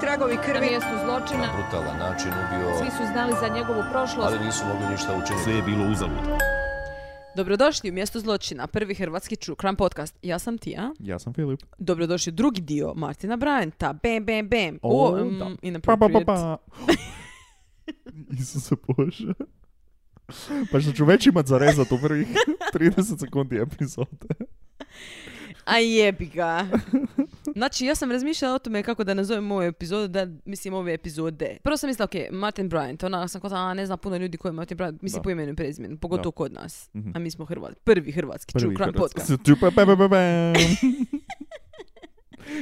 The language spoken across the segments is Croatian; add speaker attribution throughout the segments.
Speaker 1: tragovi
Speaker 2: na
Speaker 1: krvi.
Speaker 2: mjestu zločina.
Speaker 3: na brutalan način ubio,
Speaker 2: Svi su znali za njegovu prošlost.
Speaker 3: ali nisu mogli ništa učiniti.
Speaker 4: Sve je bilo uzalud.
Speaker 5: Dobrodošli u Mjesto zločina, prvi hrvatski true crime podcast. Ja sam Tija.
Speaker 4: Ja sam Filip.
Speaker 5: Dobrodošli u drugi dio Martina Bryanta. Bam, bam, bam.
Speaker 4: O,
Speaker 5: um,
Speaker 4: da. Pa,
Speaker 5: inappropriate.
Speaker 4: Isuse Bože. Pa što ću već imat za rezat u prvih 30 sekundi epizode.
Speaker 5: A jebi ga. Znači, ja sam razmišljala o tome kako da nazovem ovu epizodu, da mislim ove epizode. Prvo sam mislila, ok, Martin Bryant, ona sam kod, a ne znam puno ljudi koji je Martin Bryant, mislim
Speaker 4: Da.
Speaker 5: po imenu i prezimenu, pogotovo
Speaker 4: Da.
Speaker 5: kod nas.
Speaker 4: Mhm.
Speaker 5: A mi smo Hrvat, prvi hrvatski true crime podcast.
Speaker 4: pa,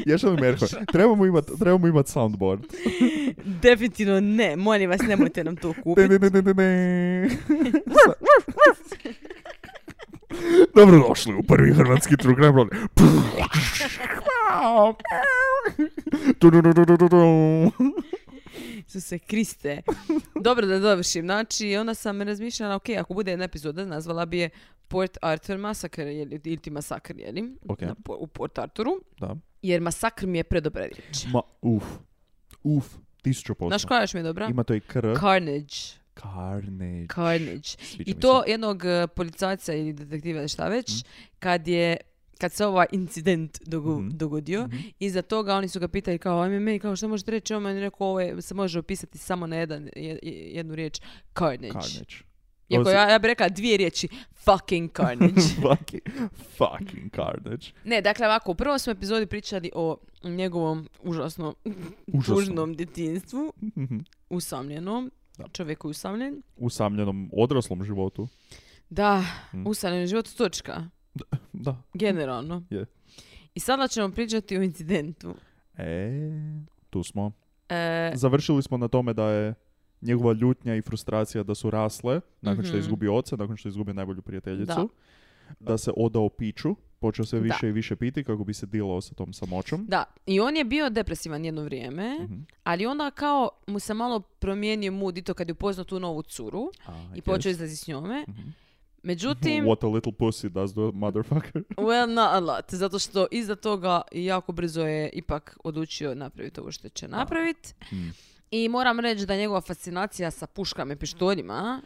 Speaker 4: Još li Merho, trebamo imat, trebamo imat soundboard.
Speaker 5: Definitivno ne, molim vas, nemojte nam to
Speaker 4: Ne,
Speaker 5: kupiti.
Speaker 4: ne, ne, ne, ne, ne. Dobrodošli u prvi hrvatski true crime blog.
Speaker 5: Suse Kriste. Dobro da dovršim. Znači, onda sam razmišljala, ok, ako bude jedna epizoda, nazvala bi je Port Arthur Massacre, jeli, ili ti masakr, jeli?
Speaker 4: Ok.
Speaker 5: Na po- u Port Arthuru.
Speaker 4: Da.
Speaker 5: Jer masakr mi je predobra riječ.
Speaker 4: Ma, uf. Uf, tisuću posto.
Speaker 5: Znaš koja još mi je dobra?
Speaker 4: Ima to i kr.
Speaker 5: Carnage.
Speaker 4: Carnage.
Speaker 5: Carnage.
Speaker 4: Sviđa
Speaker 5: I
Speaker 4: mi
Speaker 5: to jednog eh, policajca ili detektiva ili šta već, kad je kad se ovaj incident dogo-
Speaker 4: Mhm.
Speaker 5: dogodio, iza toga oni su ga pitali kao, ajme meni, kao što možete reći, on meni rekao, ovo je- se može opisati samo na jedan, je- je- jednu riječ,
Speaker 4: se.
Speaker 5: carnage.
Speaker 4: Carnage. Ovo
Speaker 5: Iako
Speaker 4: se-
Speaker 5: ja, ja bih rekla dvije riječi, fucking carnage.
Speaker 4: fucking, fucking carnage.
Speaker 5: ne, dakle ovako, u prvom smo epizodi pričali o njegovom užasno
Speaker 4: Užasno.
Speaker 5: tužnom djetinstvu,
Speaker 4: Mhm.
Speaker 5: usamljenom,
Speaker 4: Da.
Speaker 5: čovjeku je usamljen.
Speaker 4: Usamljenom odraslom životu.
Speaker 5: Da,
Speaker 4: Mm.
Speaker 5: usamljen život točka.
Speaker 4: Da.
Speaker 5: Generalno.
Speaker 4: Je.
Speaker 5: I sada ćemo pričati o incidentu.
Speaker 4: E, tu smo.
Speaker 5: E,
Speaker 4: Završili smo na tome da je njegova ljutnja i frustracija da su rasle nakon što je
Speaker 5: Mhm.
Speaker 4: izgubio oca, nakon što je izgubio najbolju prijateljicu. Da, se odao piću, počeo se
Speaker 5: Da.
Speaker 4: više i više piti kako bi se dilao sa tom samoćom.
Speaker 5: da, i on je bio depresivan jedno vrijeme,
Speaker 4: Mhm.
Speaker 5: ali onda kao mu se malo promijenio mood i to kad je upoznao tu novu curu
Speaker 4: A,
Speaker 5: i počeo
Speaker 4: yes.
Speaker 5: izlazi s njome.
Speaker 4: Mhm.
Speaker 5: Međutim,
Speaker 4: What a little pussy does the motherfucker.
Speaker 5: well, not a lot, zato što iza toga jako brzo je ipak odlučio napraviti ovo što će napraviti.
Speaker 4: Mm.
Speaker 5: I moram reći da njegova fascinacija sa puškama i pištoljima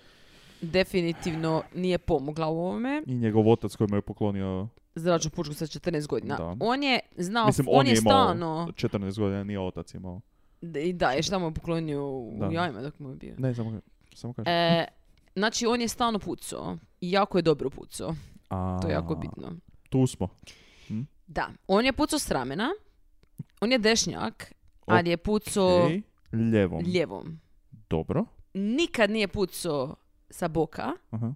Speaker 5: definitivno nije pomogla u ovome.
Speaker 4: I njegov otac koji mu je poklonio
Speaker 5: zračnu pušku sa 14 godina.
Speaker 4: Da.
Speaker 5: On je znao,
Speaker 4: Mislim,
Speaker 5: on,
Speaker 4: on
Speaker 5: je,
Speaker 4: je imao-
Speaker 5: stalno,
Speaker 4: 14 godina, nije otac imao.
Speaker 5: da, i da, je šta mu je poklonio u
Speaker 4: Da.
Speaker 5: jajima dok mu je bio.
Speaker 4: Ne, samo, samo kažem.
Speaker 5: E, znači, on je stalno pucao. I jako je dobro pucao.
Speaker 4: A,
Speaker 5: To je jako bitno.
Speaker 4: Tu smo.
Speaker 5: Da, on je pucao s ramena. On je dešnjak, ali je pucao
Speaker 4: Ej, ljevom.
Speaker 5: lijevom.
Speaker 4: Dobro.
Speaker 5: Nikad nije pucao sa boka,
Speaker 4: Aha.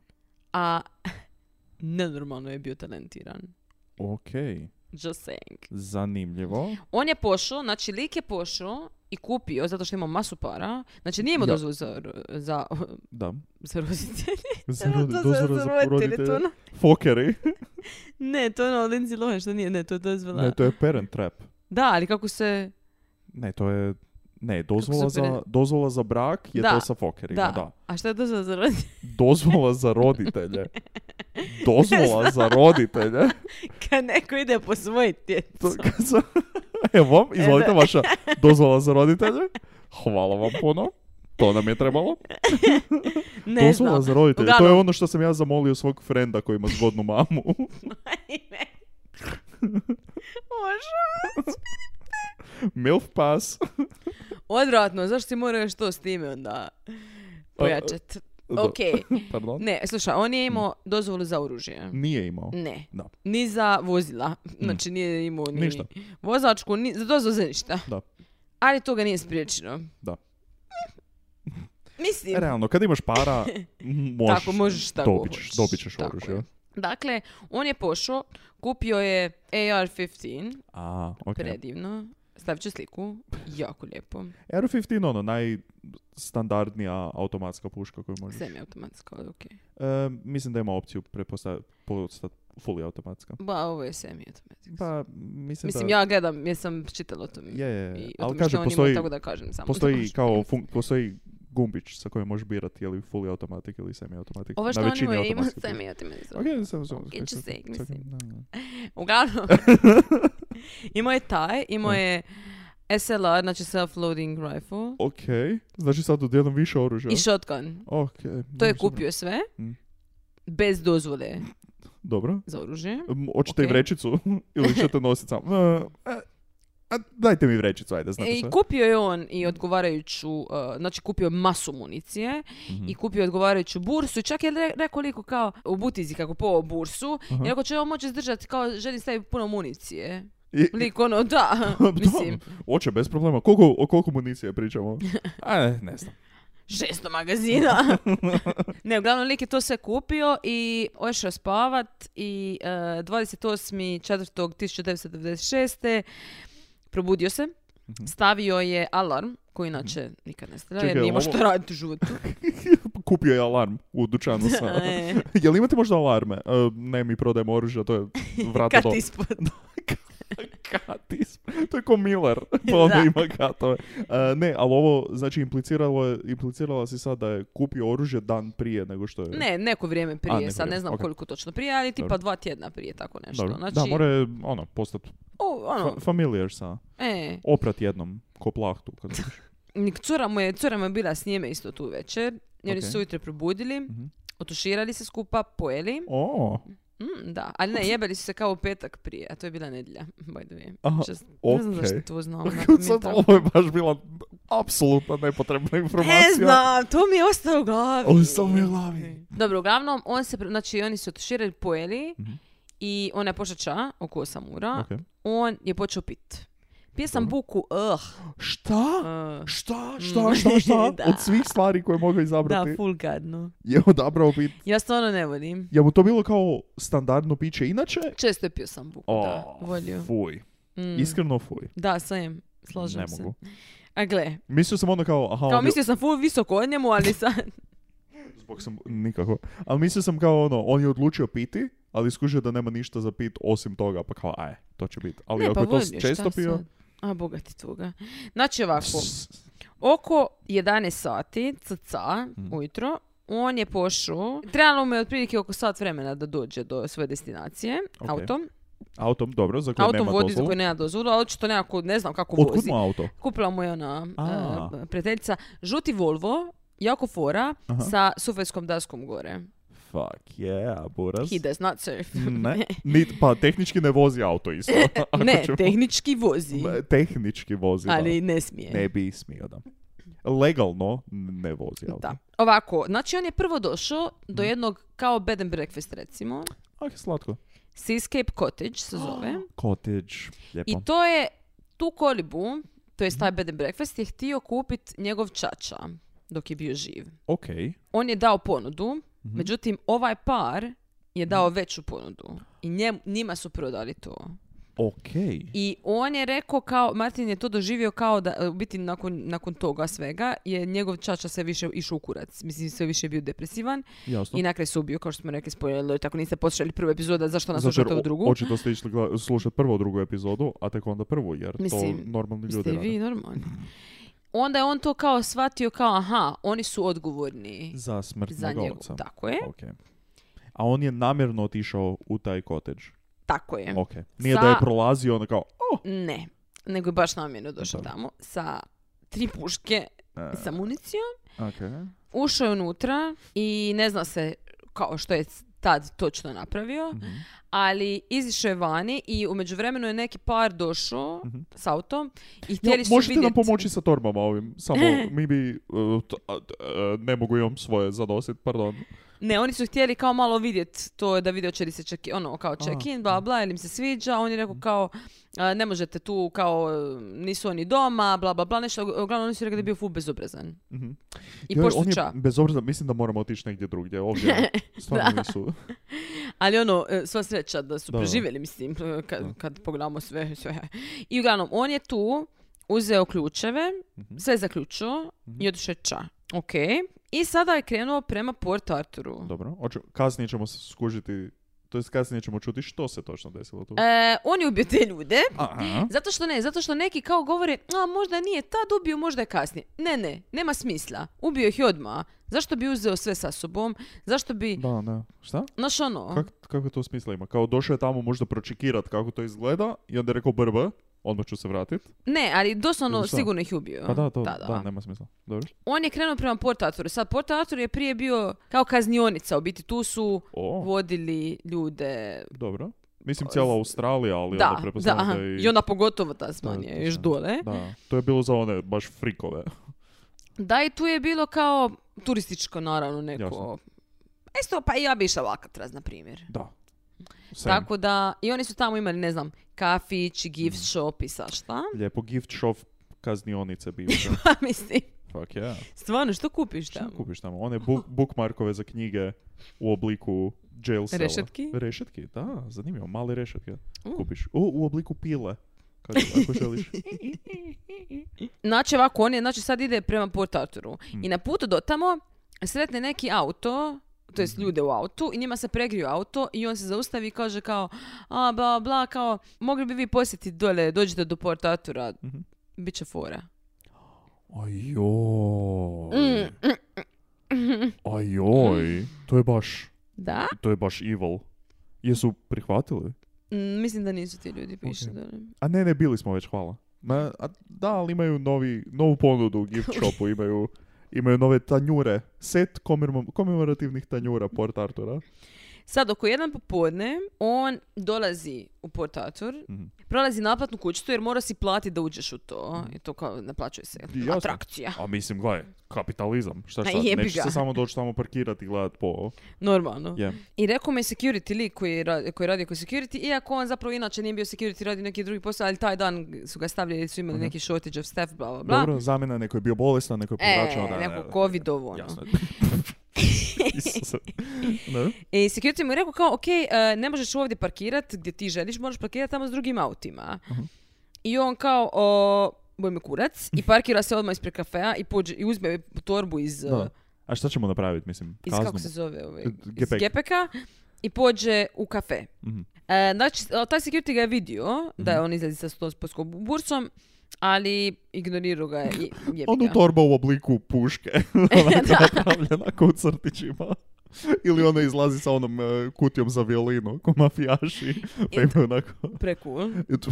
Speaker 5: a nenormalno je bio talentiran.
Speaker 4: Ok,
Speaker 5: Just saying.
Speaker 4: zanimljivo.
Speaker 5: On je pošao, znači lik je pošao i kupio, zato što ima masu para. Znači nije imao
Speaker 4: Ja.
Speaker 5: dozvolu za, ro- za,
Speaker 4: Da.
Speaker 5: za roditelje.
Speaker 4: Za
Speaker 5: Evo, to
Speaker 4: rodi- dozvora
Speaker 5: za- za roditelje, to ono-
Speaker 4: Fokeri.
Speaker 5: Ne, to je ono Lindsay Lohan što nije, ne, to je dozvola.
Speaker 4: Ne, to je parent trap.
Speaker 5: Da, ali kako se...
Speaker 4: Ne, to je... Ne, dozvola,
Speaker 5: Kako se pere-
Speaker 4: za, dozvola za brak je
Speaker 5: Da.
Speaker 4: to sa fokerima, da.
Speaker 5: Da. A šta je dozvola za roditelje?
Speaker 4: Dozvola za roditelje. Dozvola za roditelje.
Speaker 5: Kad neko ide posvojiti djecu.
Speaker 4: To kad sam- Evo vam,
Speaker 5: E,
Speaker 4: izvolite vaša dozvola za roditelje. Hvala vam puno. To nam je trebalo.
Speaker 5: Ne
Speaker 4: dozvola
Speaker 5: znam.
Speaker 4: za roditelje. To je
Speaker 5: Uglavnom.
Speaker 4: ono što sam ja zamolio svog frenda koji ima zgodnu mamu.
Speaker 5: Ajme. Može.
Speaker 4: Milf pass.
Speaker 5: Odvratno, zašto ti moraš to s time onda pojačat?
Speaker 4: Pa, Da,
Speaker 5: Ok.
Speaker 4: Pardon.
Speaker 5: Ne, slušaj, on je imao dozvolu za oružje.
Speaker 4: Nije imao.
Speaker 5: Ne.
Speaker 4: Da. Mm.
Speaker 5: Ni za vozila. Znači nije imao ni
Speaker 4: Ništa.
Speaker 5: vozačku, ni za dozvolu za ništa.
Speaker 4: Da.
Speaker 5: Ali to ga nije spriječilo.
Speaker 4: Da.
Speaker 5: Mislim,
Speaker 4: Realno, kad imaš para, m- možeš,
Speaker 5: tako možeš tako
Speaker 4: dobit ćeš,
Speaker 5: hoćeš.
Speaker 4: dobit ćeš
Speaker 5: Tako
Speaker 4: oružje.
Speaker 5: je. Dakle, on je pošao, kupio je AR-15,
Speaker 4: A, ok.
Speaker 5: predivno. Stavit ću sliku, jako lijepo.
Speaker 4: AR-15 ono, najstandardnija automatska puška koju možeš.
Speaker 5: Sve mi je automatska, ali okej.
Speaker 4: E, mislim da ima opciju preposta- postat fully automatska.
Speaker 5: Ba, ovo je semi automatska.
Speaker 4: Pa, mislim,
Speaker 5: Mislim,
Speaker 4: da...
Speaker 5: ja gledam, jesam čitala o tome.
Speaker 4: Je, je,
Speaker 5: I o
Speaker 4: ali
Speaker 5: tome
Speaker 4: kažem,
Speaker 5: što on
Speaker 4: postoji,
Speaker 5: ima, tako da kažem samo.
Speaker 4: postoji,
Speaker 5: Znaš.
Speaker 4: kao, fun- postoji gumbić sa kojim možeš birati je li fully automatic ili semi automatic.
Speaker 5: Ovo što
Speaker 4: Na
Speaker 5: on
Speaker 4: većini
Speaker 5: ima, ima
Speaker 4: automatskih puški.
Speaker 5: semi automatska.
Speaker 4: Ok, samo, samo,
Speaker 5: Ok,
Speaker 4: samo-
Speaker 5: just saying,
Speaker 4: samo-
Speaker 5: mislim.
Speaker 4: da, da.
Speaker 5: Uglavnom, imao je taj, imao je SLR, znači self-loading rifle.
Speaker 4: Ok, znači sad odjednom više oružja.
Speaker 5: I shotgun.
Speaker 4: Ok.
Speaker 5: To je
Speaker 4: dobro.
Speaker 5: kupio sve.
Speaker 4: Znači Mm.
Speaker 5: Bez dozvole
Speaker 4: Dobro.
Speaker 5: za oružje.
Speaker 4: M, Hoćete i
Speaker 5: Ok.
Speaker 4: vrećicu ili ćete nositi sam? E, e, a dajte mi vrećicu, ajde, znate
Speaker 5: I
Speaker 4: šta.
Speaker 5: kupio je on i odgovarajuću, uh, znači kupio je masu municije
Speaker 4: Mhm.
Speaker 5: i kupio je odgovarajuću bursu i čak je re- rekao liku kao u butizi kako po ovu bursu
Speaker 4: Aha.
Speaker 5: i ako će on moći zdržati kao želim staviti puno municije.
Speaker 4: I-
Speaker 5: Lik ono, da,
Speaker 4: Da,
Speaker 5: mislim,
Speaker 4: Oće, bez problema. Koliko, o koliko municije pričamo? A, ne znam.
Speaker 5: 600 magazina. ne, uglavnom lik je to sve kupio i ošao spavat i uh, 28.4.1996. probudio se, stavio je alarm koji inače nikad ne stavlja jer
Speaker 4: Mhm. Čekaj,
Speaker 5: nije imao
Speaker 4: ovo-
Speaker 5: što raditi u životu.
Speaker 4: Kupio je alarm u dućanu sa...
Speaker 5: E,
Speaker 4: Jel imate možda alarme? E, ne, mi prodajemo oružje, to je vrata
Speaker 5: Kad
Speaker 4: do...
Speaker 5: ispod.
Speaker 4: Katis. To je ko Miller. Pa onda
Speaker 5: Da.
Speaker 4: ima katove. E, ne, ali ovo, znači, impliciralo je, implicirala si sad da je kupio oružje dan prije nego što je...
Speaker 5: Ne, neko vrijeme prije,
Speaker 4: neko
Speaker 5: sad
Speaker 4: vrijeme,
Speaker 5: ne znam
Speaker 4: ok.
Speaker 5: koliko točno prije, ali tipa
Speaker 4: Dobro.
Speaker 5: dva tjedna prije, tako nešto.
Speaker 4: Dobro.
Speaker 5: Znači,
Speaker 4: Da, mora je, ono, postati
Speaker 5: o, ono,
Speaker 4: fa- familiar sa...
Speaker 5: e,
Speaker 4: Oprat jednom, ko plahtu. Kad dobiš.
Speaker 5: nik- cura mu je, cura mu je bila s njime isto tu večer, i oni
Speaker 4: Ok.
Speaker 5: su se ujutro probudili,
Speaker 4: Mhm.
Speaker 5: otuširali se skupa, pojeli,
Speaker 4: o,
Speaker 5: Mm, da, ali ne, jebali su se kao u petak prije, a to je bila nedjelja, by the way.
Speaker 4: Aha,
Speaker 5: Just- ne znam zašto
Speaker 4: okej.
Speaker 5: to znam,
Speaker 4: Sad,
Speaker 5: napamet,
Speaker 4: ovo je baš bila apsolutno nepotrebna informacija.
Speaker 5: Ne znam, to mi je ostalo u glavi.
Speaker 4: Ali samo mi je u glavi.
Speaker 5: Dobro, uglavnom, on se, pre- znači, oni su otuširali, pojeli
Speaker 4: Mhm.
Speaker 5: i ona je počela ča, oko 8 ura,
Speaker 4: Ok.
Speaker 5: on je počeo pit. Pio sam buku, uh,
Speaker 4: Šta?
Speaker 5: uh, Mm.
Speaker 4: Šta? Šta? Šta? Šta?
Speaker 5: Da.
Speaker 4: Od svih stvari koje mogu
Speaker 5: da,
Speaker 4: izabrati
Speaker 5: full gadno.
Speaker 4: je odabrao bit.
Speaker 5: Ja stvarno ne volim.
Speaker 4: Je mu to bilo kao standardno piće inače?
Speaker 5: Često je pio sam buku, da,
Speaker 4: O,
Speaker 5: volio.
Speaker 4: Fuj.
Speaker 5: Mm.
Speaker 4: Iskreno fuj.
Speaker 5: Da, sam, slažem
Speaker 4: ne
Speaker 5: se.
Speaker 4: mogu.
Speaker 5: A gle,
Speaker 4: Mislio sam onda kao, aha,
Speaker 5: kao
Speaker 4: on je-
Speaker 5: mislio sam full visoko od njemu, ali sad...
Speaker 4: zbog sam, nikako. Ali mislio sam kao ono, on je odlučio piti, ali skužio da nema ništa za pit osim toga, pa kao, aj, to će biti. Ali
Speaker 5: ne,
Speaker 4: ako
Speaker 5: pa
Speaker 4: je to
Speaker 5: volio, šta
Speaker 4: često pio,
Speaker 5: sad? A, boga ti tuga. Znači ovako,
Speaker 4: pss,
Speaker 5: oko 11 sati, cca,
Speaker 4: Mm.
Speaker 5: ujutro, on je pošao, trebalo mu je otprilike oko sat vremena da dođe do svoje destinacije,
Speaker 4: Ok.
Speaker 5: autom.
Speaker 4: autom, dobro, za koje
Speaker 5: Autom
Speaker 4: nema
Speaker 5: vodi za
Speaker 4: dozvolu.
Speaker 5: koji nema dozvolu, ali očito nekako, ne znam kako
Speaker 4: Otkud
Speaker 5: vozi.
Speaker 4: mu auto?
Speaker 5: Kupila mu je ona
Speaker 4: A.
Speaker 5: e, prijateljica žuti Volvo, jako fora,
Speaker 4: Aha.
Speaker 5: sa sufetskom daskom gore.
Speaker 4: Fuck yeah, Buras.
Speaker 5: He does not surf.
Speaker 4: Ne, ni, pa tehnički ne vozi auto isto. Ako
Speaker 5: ne,
Speaker 4: ćemo-
Speaker 5: tehnički vozi,
Speaker 4: Ma, Tehnički vozi, da.
Speaker 5: ali ne smije.
Speaker 4: Ne bi smio, da. Legalno ne vozi auto.
Speaker 5: Da. Ovako, znači on je prvo došao do
Speaker 4: Mhm.
Speaker 5: jednog kao bed and breakfast recimo.
Speaker 4: Ah, slatko.
Speaker 5: Seascape Cottage se zove.
Speaker 4: Cottage, lijepo.
Speaker 5: I to je tu kolibu, to je
Speaker 4: Mhm.
Speaker 5: taj bed and breakfast, je htio kupit njegov čača dok je bio živ.
Speaker 4: Ok.
Speaker 5: On je dao ponudu,
Speaker 4: Mhm.
Speaker 5: međutim ovaj par je dao veću ponudu. I njem- njima su prodali to.
Speaker 4: Ok.
Speaker 5: I on je rekao kao, Martin je to doživio kao da, e, u biti nakon, nakon toga svega, je njegov čača sve više išao u kurac. Mislim, sve više je bio depresivan.
Speaker 4: Jasno.
Speaker 5: I na kraju se ubio, kao što smo rekli, spoiler, tako niste poslušali prvu epizodu, zašto nas
Speaker 4: Zato jer
Speaker 5: slušate u
Speaker 4: o-
Speaker 5: drugu?
Speaker 4: očito ste išli gla- slušat prvo drugu epizodu, a tek onda prvu, jer
Speaker 5: Mislim,
Speaker 4: to normalni ljudi
Speaker 5: Ste
Speaker 4: rade.
Speaker 5: vi normalni. Onda je on to kao shvatio kao, aha, oni su odgovorni
Speaker 4: Za smrt
Speaker 5: za njegov.
Speaker 4: Magolovca.
Speaker 5: Tako je,
Speaker 4: Ok. A on je namjerno otišao u taj cottage.
Speaker 5: tako je.
Speaker 4: Ok. Nije
Speaker 5: Sa-
Speaker 4: da je prolazio ono kao,
Speaker 5: Ne, nego je baš namjerno došao
Speaker 4: Dobro.
Speaker 5: tamo sa tri puške
Speaker 4: E.
Speaker 5: sa municijom.
Speaker 4: ok.
Speaker 5: Ušao je unutra i ne zna se kao što je tad točno napravio,
Speaker 4: Mhm.
Speaker 5: ali izišao je vani i u međuvremenu je neki par došao s autom i
Speaker 4: Ja,
Speaker 5: htjeli Eh. su
Speaker 4: Mhm. možete nam
Speaker 5: vidjeti-
Speaker 4: pomoći sa torbama ovim? Samo mi bi... uh, t- a, t- e, ne mogu imam svoje zadosit, pardon.
Speaker 5: Ne, oni su htjeli kao malo vidjet to da vide hoće li se check ono kao check-in, bla bla, ili im se sviđa. On je rekao
Speaker 4: Mhm.
Speaker 5: kao a, ne možete tu kao nisu oni doma, bla bla bla, nešto. Uglavnom oni su rekli da je bio ful bezobrazan.
Speaker 4: Mhm.
Speaker 5: I
Speaker 4: Joj,
Speaker 5: pošto
Speaker 4: on je
Speaker 5: ča.
Speaker 4: bezobrazan, mislim da moramo otići negdje drugdje. Ovdje stvarno nisu...
Speaker 5: Ali ono, e, sva sreća da su
Speaker 4: Da, da.
Speaker 5: preživjeli, mislim, e, kad, kad pogledamo sve, sve. I uglavnom, on je tu uzeo ključeve,
Speaker 4: Mhm.
Speaker 5: sve zaključio i otišao je ča. Ok. I sada je krenuo prema Port Arturu.
Speaker 4: Dobro, hoću- kasnije ćemo se skužiti... To jest kasnije ćemo čuti što se točno desilo tu.
Speaker 5: E, on je ubio te ljude.
Speaker 4: Aha.
Speaker 5: Zato što ne, zato što neki kao govore, a možda nije tad ubio, možda je kasnije. Ne, ne, nema smisla. Ubio ih je odmah. Zašto bi uzeo sve sa sobom? Zašto bi,
Speaker 4: Da, ne. Šta?
Speaker 5: znaš ono,
Speaker 4: Kak, kako to smisla ima? Kao došao je tamo možda pročekirat kako to izgleda i onda je rekao brb, odmah ću se vratit.
Speaker 5: Ne, ali doslovno
Speaker 4: Ili šta?
Speaker 5: sigurno ih ubiju.
Speaker 4: Pa da, to,
Speaker 5: tada.
Speaker 4: da, nema smisla. Dobro.
Speaker 5: On je krenuo prema Port Arthuru. Sad, Port Arthur je prije bio kao kaznionica. U biti tu su
Speaker 4: O,
Speaker 5: vodili ljude.
Speaker 4: dobro. Mislim cijela Australija, ali
Speaker 5: da,
Speaker 4: onda
Speaker 5: da.
Speaker 4: prepostavljam da i...
Speaker 5: I onda pogotovo
Speaker 4: Da,
Speaker 5: Tasmanija,
Speaker 4: to
Speaker 5: još
Speaker 4: sam.
Speaker 5: dole.
Speaker 4: Da, to je bilo za one baš frikove.
Speaker 5: Da, i tu je bilo kao turističko, naravno, neko...
Speaker 4: Jasno.
Speaker 5: E sto, pa i ja bi išla u Alcatraz, na primjer.
Speaker 4: Da. Same.
Speaker 5: Tako da, i oni su tamo imali, ne znam, kafić,
Speaker 4: Mm.
Speaker 5: gift shop i svašta.
Speaker 4: Lijepo gift shop kaznionice bivše.
Speaker 5: Pa mislim,
Speaker 4: Fuck yeah.
Speaker 5: stvarno, što kupiš
Speaker 4: Šta
Speaker 5: tamo?
Speaker 4: kupiš tamo? One bu- bookmarkove za knjige u obliku jail cella.
Speaker 5: Rešetki?
Speaker 4: Rešetki, da, zanimljivo, male rešetke
Speaker 5: Mm.
Speaker 4: kupiš. U, u obliku pile, kako, ako želiš.
Speaker 5: Znači ovako, on je, znači sad ide prema Port Arturu.
Speaker 4: Hmm.
Speaker 5: I na putu do tamo sretne neki auto, to
Speaker 4: Hmm.
Speaker 5: jest ljude u autu i njima se pregriju auto i on se zaustavi i kaže kao a bla bla kao mogli bi vi posjetiti dole dođite do Port Artura
Speaker 4: Mhm.
Speaker 5: bit će fora
Speaker 4: Ajoj.
Speaker 5: Mm.
Speaker 4: Ajoj. To je baš,
Speaker 5: da?
Speaker 4: to je baš evil. Jesu prihvatili?
Speaker 5: Mm, mislim da nisu ti ljudi piše
Speaker 4: Ok.
Speaker 5: dole.
Speaker 4: A ne, ne, bili smo već, hvala. Ma, a, da, ali imaju novi, novu ponudu u gift shopu, imaju, imaju nove tanjure, set komemor- komemorativnih tanjura Port Artura.
Speaker 5: Sad, oko jedan popodne, on dolazi u Port Arthur,
Speaker 4: Mhm.
Speaker 5: prolazi naplatnu kućicu jer mora si platiti da uđeš u to. I to kao naplaćuje se.
Speaker 4: Mhm. Jasno.
Speaker 5: Atrakcija.
Speaker 4: A mislim, gledaj, kapitalizam. Šta šta,
Speaker 5: A jebi
Speaker 4: nećeš
Speaker 5: ga.
Speaker 4: se samo doći tamo parkirati i gledat po...
Speaker 5: Normalno.
Speaker 4: Je.
Speaker 5: I rekao mi je security lik koji, je ra- koji je radio kao security, iako on zapravo inače nije bio security, radio neki drugi posao, ali taj dan su ga stavljali jer su imali neki shortage of staff, bla, bla, bla.
Speaker 4: Mhm. Dobro, zamjena, neko je bio bolestan, neko je povraćao. da,
Speaker 5: E,
Speaker 4: da,
Speaker 5: neko
Speaker 4: da.
Speaker 5: covidovo, ono.
Speaker 4: Jasno je. Isuse. Ne?
Speaker 5: I security mu je rekao kao, ok, e, ne možeš ovdje parkirat gdje ti želiš, moraš parkirat tamo s drugim autima.
Speaker 4: Mhm.
Speaker 5: I on kao, o, boj me kurac, i parkira se odmah ispred kafea i, pođe, i uzme torbu iz, e,
Speaker 4: Da. A šta ćemo napraviti, mislim?
Speaker 5: iz
Speaker 4: Kaznu?
Speaker 5: kako se zove, ovaj,
Speaker 4: E,
Speaker 5: iz
Speaker 4: gepek.
Speaker 5: gepeka i pođe u kafe.
Speaker 4: Mhm.
Speaker 5: E, znači, o, taj security ga je vidio da je on izlazi sa stosporskom bursom, ali ignorirao ga je i jebi
Speaker 4: Onu
Speaker 5: ga.
Speaker 4: torba u obliku puške. Onako napravljena ko u crtićima. Ili ona izlazi sa onom e, kutijom za violinu, ko mafijaši. Pa imaju onako...
Speaker 5: Precool.
Speaker 4: I to-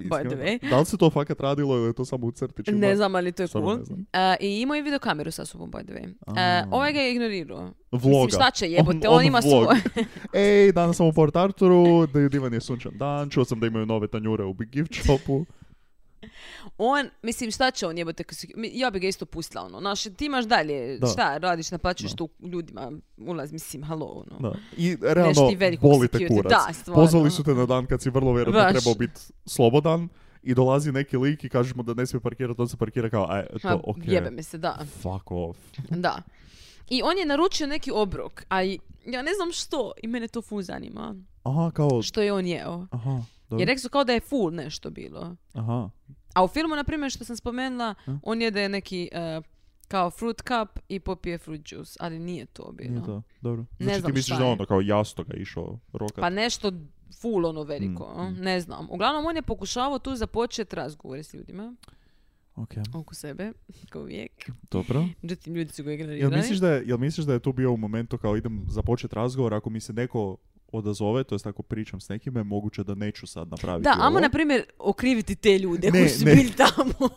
Speaker 4: iskreno,
Speaker 5: the way.
Speaker 4: Da li se to fakat radilo ili je to samo u crtićima?
Speaker 5: Ne znam, ali to je
Speaker 4: Znači, Stvarno
Speaker 5: cool.
Speaker 4: ne znam.
Speaker 5: E, I imao je video kameru sa sobom, by the way. E, ovaj ga je ignorirao.
Speaker 4: Vloga.
Speaker 5: Mislim, šta će jebote,
Speaker 4: On-
Speaker 5: on,
Speaker 4: on
Speaker 5: ima
Speaker 4: vlog.
Speaker 5: svoje.
Speaker 4: Ej, danas sam u Port Arturu, da je divan je sunčan dan, čuo sam da imaju nove tanjure u Big Gift Shopu.
Speaker 5: On, mislim, šta će on jebote, kad se- mi- ja bi ga isto pustila, ono, znaš, ti imaš dalje,
Speaker 4: Da.
Speaker 5: šta radiš, naplaćuješ tu ljudima, ulaz, mislim, halo, ono.
Speaker 4: Da. I realno,
Speaker 5: ti velikog
Speaker 4: bolite
Speaker 5: security.
Speaker 4: kurac.
Speaker 5: Da, stvarno.
Speaker 4: Pozvali su te na dan kad si vrlo
Speaker 5: Baš.
Speaker 4: vjerojatno trebao biti slobodan i dolazi neki lik i kažeš mu da ne smije parkirati, on se parkira kao, aj,
Speaker 5: Ha,
Speaker 4: to, ok.
Speaker 5: Jebe me se, da.
Speaker 4: Fuck off.
Speaker 5: Da. I on je naručio neki obrok, a i- ja ne znam što, i mene to ful zanima.
Speaker 4: Aha, kao,
Speaker 5: Što je on jeo.
Speaker 4: aha, dobro,
Speaker 5: Jer rekli su kao da je full nešto bilo.
Speaker 4: aha.
Speaker 5: A u filmu, na primjer, što sam spomenula, on jede neki e, kao fruit cup i popije fruit juice, ali nije to bilo.
Speaker 4: Nije to, dobro.
Speaker 5: Ne
Speaker 4: Znači ti
Speaker 5: znam
Speaker 4: misliš
Speaker 5: šta
Speaker 4: da
Speaker 5: je.
Speaker 4: ono kao jasto ga je išao rokat.
Speaker 5: Pa nešto full ono veliko,
Speaker 4: Mm,
Speaker 5: a? ne znam. Uglavnom, on je pokušavao tu započeti razgovore s ljudima
Speaker 4: Ok,
Speaker 5: oko sebe, kao uvijek.
Speaker 4: dobro.
Speaker 5: Međutim, ljudi su ga
Speaker 4: Jel
Speaker 5: ignorirali.
Speaker 4: misliš, da je, jel misliš da je to bio u momentu kao idem započet razgovor, ako mi se neko odazove, to jest ako pričam s nekime, moguće da neću sad napraviti
Speaker 5: Da,
Speaker 4: ovo.
Speaker 5: ajmo na primjer okriviti te ljude
Speaker 4: Ne,
Speaker 5: koji su
Speaker 4: ne.
Speaker 5: bili tamo.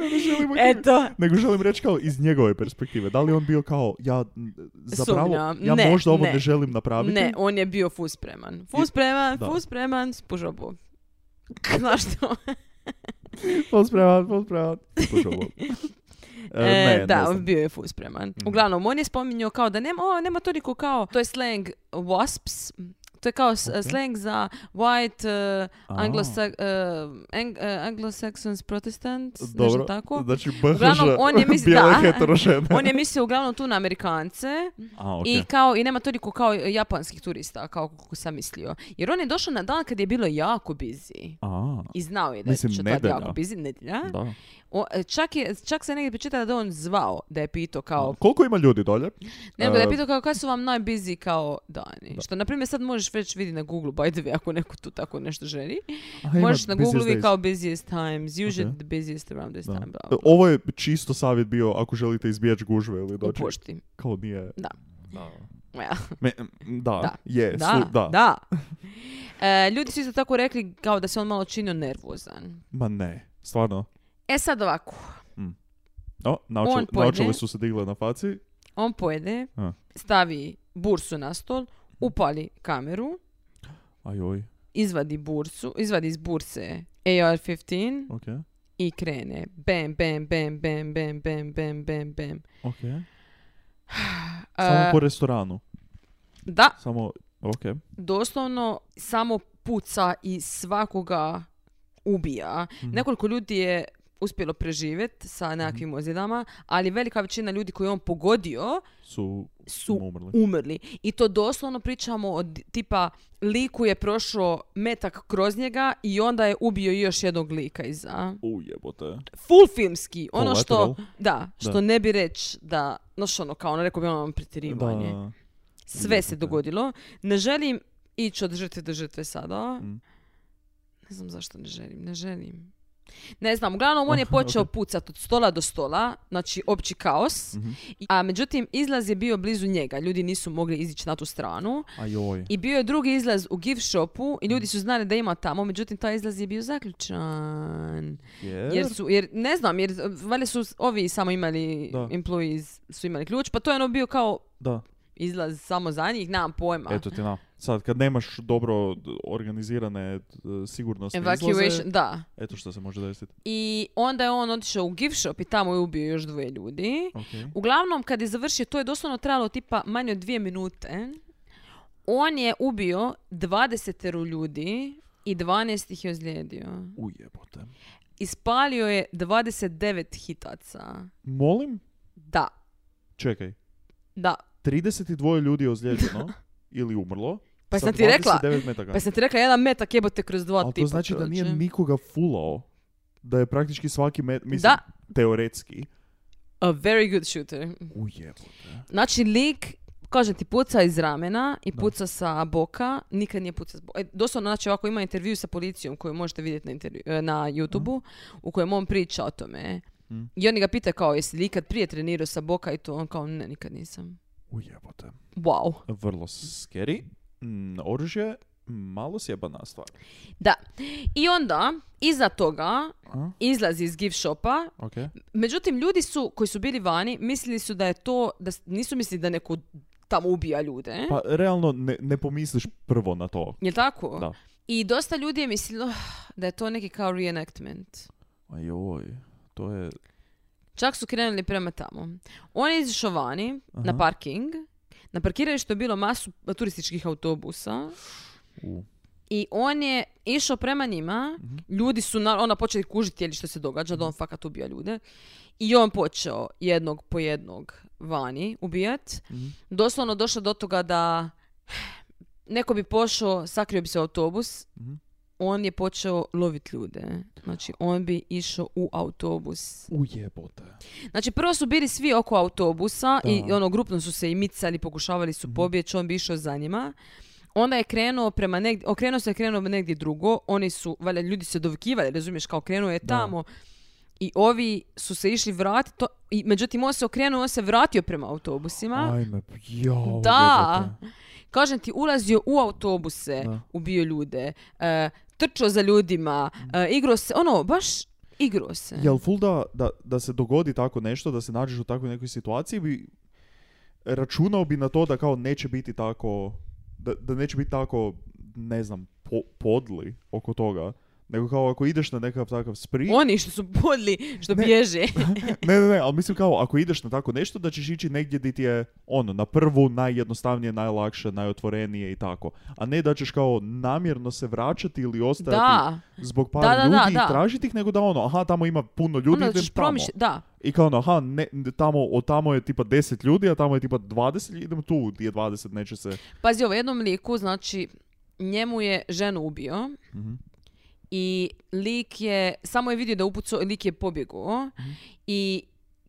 Speaker 4: Želimo-
Speaker 5: Eto,
Speaker 4: Nego želim reći kao iz njegove perspektive, da li je on bio kao, ja m, zapravo,
Speaker 5: Sumnjam.
Speaker 4: ja
Speaker 5: Ne,
Speaker 4: možda ovo ne,
Speaker 5: ne.
Speaker 4: želim napraviti.
Speaker 5: Ne, on je bio fus spreman.
Speaker 4: I-
Speaker 5: Fus spreman,
Speaker 4: da.
Speaker 5: fus spreman, spužao bo. Znaš što?
Speaker 4: Pospravan, pospravan. Slušaj ovo. E, ne,
Speaker 5: E, da,
Speaker 4: ne znam. Mhm.
Speaker 5: on bio je fus spreman. Uglavnom, on je spominjao kao da nema, o, nema toliko kao, to je slang wasps, to je kao s-
Speaker 4: Ok.
Speaker 5: slang za white uh,
Speaker 4: A.
Speaker 5: anglosa- uh, ang- uh, anglo-saxons protestants, nešto
Speaker 4: Dobro,
Speaker 5: tako.
Speaker 4: znači
Speaker 5: Uglavnom, on je
Speaker 4: BHŽ,
Speaker 5: misli-
Speaker 4: bijele
Speaker 5: da.
Speaker 4: heterožene.
Speaker 5: On je mislio uglavnom tu na Amerikance
Speaker 4: A, okej.
Speaker 5: i kao i nema toliko kao japanskih turista kao kako sam mislio. Jer on je došao na dan kad je bilo jako busy.
Speaker 4: A,
Speaker 5: I znao je da
Speaker 4: Mislim,
Speaker 5: će tad
Speaker 4: nedelja.
Speaker 5: jako busy nedjelja.
Speaker 4: da.
Speaker 5: O, e, čak, je, čak se negdje pričitala da je on zvao, da je pitao kao,
Speaker 4: Koliko ima ljudi dolje?
Speaker 5: ne nego da je
Speaker 4: E,
Speaker 5: pitao kao kada su vam najbusy kao dani. Što na primjer sad možeš već vidjeti na Google, by the way, ako neko tu tako nešto želi.
Speaker 4: a, ima
Speaker 5: možeš na
Speaker 4: busiest
Speaker 5: Google
Speaker 4: days.
Speaker 5: kao busiest times, usually
Speaker 4: Ok.
Speaker 5: the busiest around this
Speaker 4: Da. E,
Speaker 5: time, bla, bla, bla.
Speaker 4: Ovo je čisto savjet bio ako želite izbjeći gužve ili
Speaker 5: U
Speaker 4: doći.
Speaker 5: pošti.
Speaker 4: Kao nije.
Speaker 5: Da. Ja.
Speaker 4: Me, da,
Speaker 5: Da.
Speaker 4: je,
Speaker 5: Da,
Speaker 4: slu- da.
Speaker 5: da. E, ljudi su isto tako rekli kao da se on malo činio nervozan.
Speaker 4: Ma ne, stvarno.
Speaker 5: E sad ovako,
Speaker 4: No,
Speaker 5: On
Speaker 4: naučili,
Speaker 5: pojede.
Speaker 4: naučili su se digle na faci.
Speaker 5: on pojede,
Speaker 4: A.
Speaker 5: stavi bursu na stol, upali kameru,
Speaker 4: Ajoj,
Speaker 5: izvadi bursu, izvadi iz burse AR-15
Speaker 4: ok,
Speaker 5: i krene. Bam, bam, bam, bam, bam, bam, bam, bam, bam.
Speaker 4: ok. Samo
Speaker 5: E,
Speaker 4: po restoranu.
Speaker 5: da,
Speaker 4: Samo, ok.
Speaker 5: doslovno samo puca i svakoga ubija.
Speaker 4: Mhm.
Speaker 5: Nekoliko ljudi je uspjelo preživjeti sa nekakvim
Speaker 4: Mhm.
Speaker 5: ozljedama, ali velika većina ljudi koji je on pogodio
Speaker 4: Su,
Speaker 5: su
Speaker 4: umrli.
Speaker 5: umrli. I to doslovno pričamo od tipa liku je prošao metak kroz njega i onda je ubio još jednog lika iza.
Speaker 4: Ujebote.
Speaker 5: Full filmski. Ono što,
Speaker 4: Collateral.
Speaker 5: da, što
Speaker 4: Da.
Speaker 5: ne bi reći da, znaš ono, kao ono rekao bi ono pretjerivanje.
Speaker 4: Da,
Speaker 5: Sve se
Speaker 4: Jebote.
Speaker 5: dogodilo. Ne želim ići od žrtve do žrtve sada.
Speaker 4: Mm.
Speaker 5: Ne znam zašto ne želim. Ne želim. Ne znam, uglavnom on je počeo pucat od stola do stola, znači opći kaos,
Speaker 4: Mhm.
Speaker 5: a međutim izlaz je bio blizu njega, ljudi nisu mogli izići na tu stranu
Speaker 4: ajoj.
Speaker 5: i bio je drugi izlaz u gift shopu i ljudi
Speaker 4: Mhm.
Speaker 5: su znali da ima tamo, međutim taj izlaz je bio zaključan.
Speaker 4: Jer,
Speaker 5: Jer su, jer ne znam, jer valjda su ovi samo imali,
Speaker 4: Da.
Speaker 5: employees su imali ključ, pa to je ono bio kao
Speaker 4: Da,
Speaker 5: izlaz samo za njih, nemam pojma.
Speaker 4: eto ti na. Sad, kad nemaš dobro d- organizirane d- sigurnosne
Speaker 5: Evacuation,
Speaker 4: izlaze,
Speaker 5: da.
Speaker 4: eto što se može desiti.
Speaker 5: I onda je on otišao u gift shop i tamo je ubio još dvoje ljudi.
Speaker 4: Ok.
Speaker 5: Uglavnom, kad je završio, to je doslovno trajalo tipa manje od dvije minute. On je ubio 20 ljudi i 12 ih je ozlijedio.
Speaker 4: Ujebote.
Speaker 5: Ispalio je 29 hitaca.
Speaker 4: Molim,
Speaker 5: Da,
Speaker 4: čekaj.
Speaker 5: da. Pa
Speaker 4: 32 ljudi je ozlijeđeno ili umrlo.
Speaker 5: Pa
Speaker 4: sa
Speaker 5: sam ti rekla,
Speaker 4: 29 metaka.
Speaker 5: pa sam ti rekla, jedan metak jebote kroz dva
Speaker 4: Ali
Speaker 5: tipa.
Speaker 4: to znači da nije
Speaker 5: čovječe.
Speaker 4: nikoga fulao. Da je praktički svaki met, mislim,
Speaker 5: Da.
Speaker 4: teoretski.
Speaker 5: A very good shooter.
Speaker 4: Ujebote.
Speaker 5: Znači, lik, kažem ti, puca iz ramena i
Speaker 4: Da.
Speaker 5: puca sa boka, nikad nije puca s boka. E, doslovno, znači, ovako ima intervju sa policijom koju možete vidjeti na, intervju, e, na youtube u kojem on priča o tome. e.
Speaker 4: Mhm.
Speaker 5: I oni ga pita kao, jesi li ikad prije trenirao sa boka i to? On kao, ne, nikad nisam.
Speaker 4: Ujebote.
Speaker 5: Wow.
Speaker 4: Vrlo scary. Mm, oružje, malo sjebana stvar.
Speaker 5: Da. I onda, iza toga,
Speaker 4: A?
Speaker 5: izlazi iz gift shopa,
Speaker 4: Ok.
Speaker 5: Međutim, ljudi su, koji su bili vani, mislili su da je to, da s- nisu mislili da neko tamo ubija ljude. e.
Speaker 4: Pa, realno, ne, ne pomisliš prvo na to.
Speaker 5: Jel tako?
Speaker 4: Da.
Speaker 5: I dosta ljudi je mislilo "Ah, da je to neki kao reenactment.
Speaker 4: Ajoj, to je...
Speaker 5: Čak su krenuli prema tamo. On je izišao vani na pa- parking. Na parkiralištu je bilo masu turističkih autobusa.
Speaker 4: U.
Speaker 5: I on je išao prema njima. Ljudi su na, ona počeli kužiti je li što se događa, da on fakat ubija ljude. I on počeo jednog po jednog vani ubijat.
Speaker 4: Mhm.
Speaker 5: Doslovno došlo do toga da neko bi pošao, sakrio bi se u autobus. On je počeo lovit ljude. Znači, on bi išao u autobus.
Speaker 4: Ujebote.
Speaker 5: Znači, prvo su bili svi oko autobusa i
Speaker 4: Da.
Speaker 5: ono, grupno su se i micali, pokušavali su pobjeći, on bi išao za njima. Onda je krenuo prema negdje, okrenuo se, krenuo negdje drugo. Oni su, valjda, ljudi se dovikivali, razumiješ, kao krenuo je tamo. I ovi su se išli vratiti, to- i, međutim, on se okrenuo, on se vratio prema autobusima.
Speaker 4: Ajme, jo,
Speaker 5: Da. Kažem ti, ulazio u autobuse,
Speaker 4: Da.
Speaker 5: ubio ljude, e, trčao za ljudima, e, igrao se, ono, baš igrao se.
Speaker 4: Jel ful da, da, da se dogodi tako nešto, da se nađeš u takvoj nekoj situaciji, bi računao bi na to da kao neće biti tako, da, da neće biti tako, ne znam, po- podli oko toga. Nego kao ako ideš na nekakav takav spree,
Speaker 5: Oni što su podli, što
Speaker 4: Ne.
Speaker 5: bježe.
Speaker 4: ne, ne, ne, ali mislim kao ako ideš na tako nešto da ćeš ići negdje gdje ti je ono, na prvu, najjednostavnije, najlakše, najotvorenije i tako. A ne da ćeš kao namjerno se vraćati ili ostajati
Speaker 5: Da.
Speaker 4: zbog par
Speaker 5: Da, da, da,
Speaker 4: ljudi
Speaker 5: da.
Speaker 4: i tražiti ih, nego da ono, aha, tamo ima puno ljudi,
Speaker 5: Ono da
Speaker 4: idem
Speaker 5: ćeš
Speaker 4: tamo.
Speaker 5: promišljati, da.
Speaker 4: I kao ono, aha, ne, ne, tamo, od tamo je tipa 10 ljudi, a tamo je tipa 20, idem tu gdje je 20, neće se...
Speaker 5: Pazi, ovo jednom liku, znači, njemu je ženu ubio i lik je, samo je vidio da upucao, lik je pobjegao i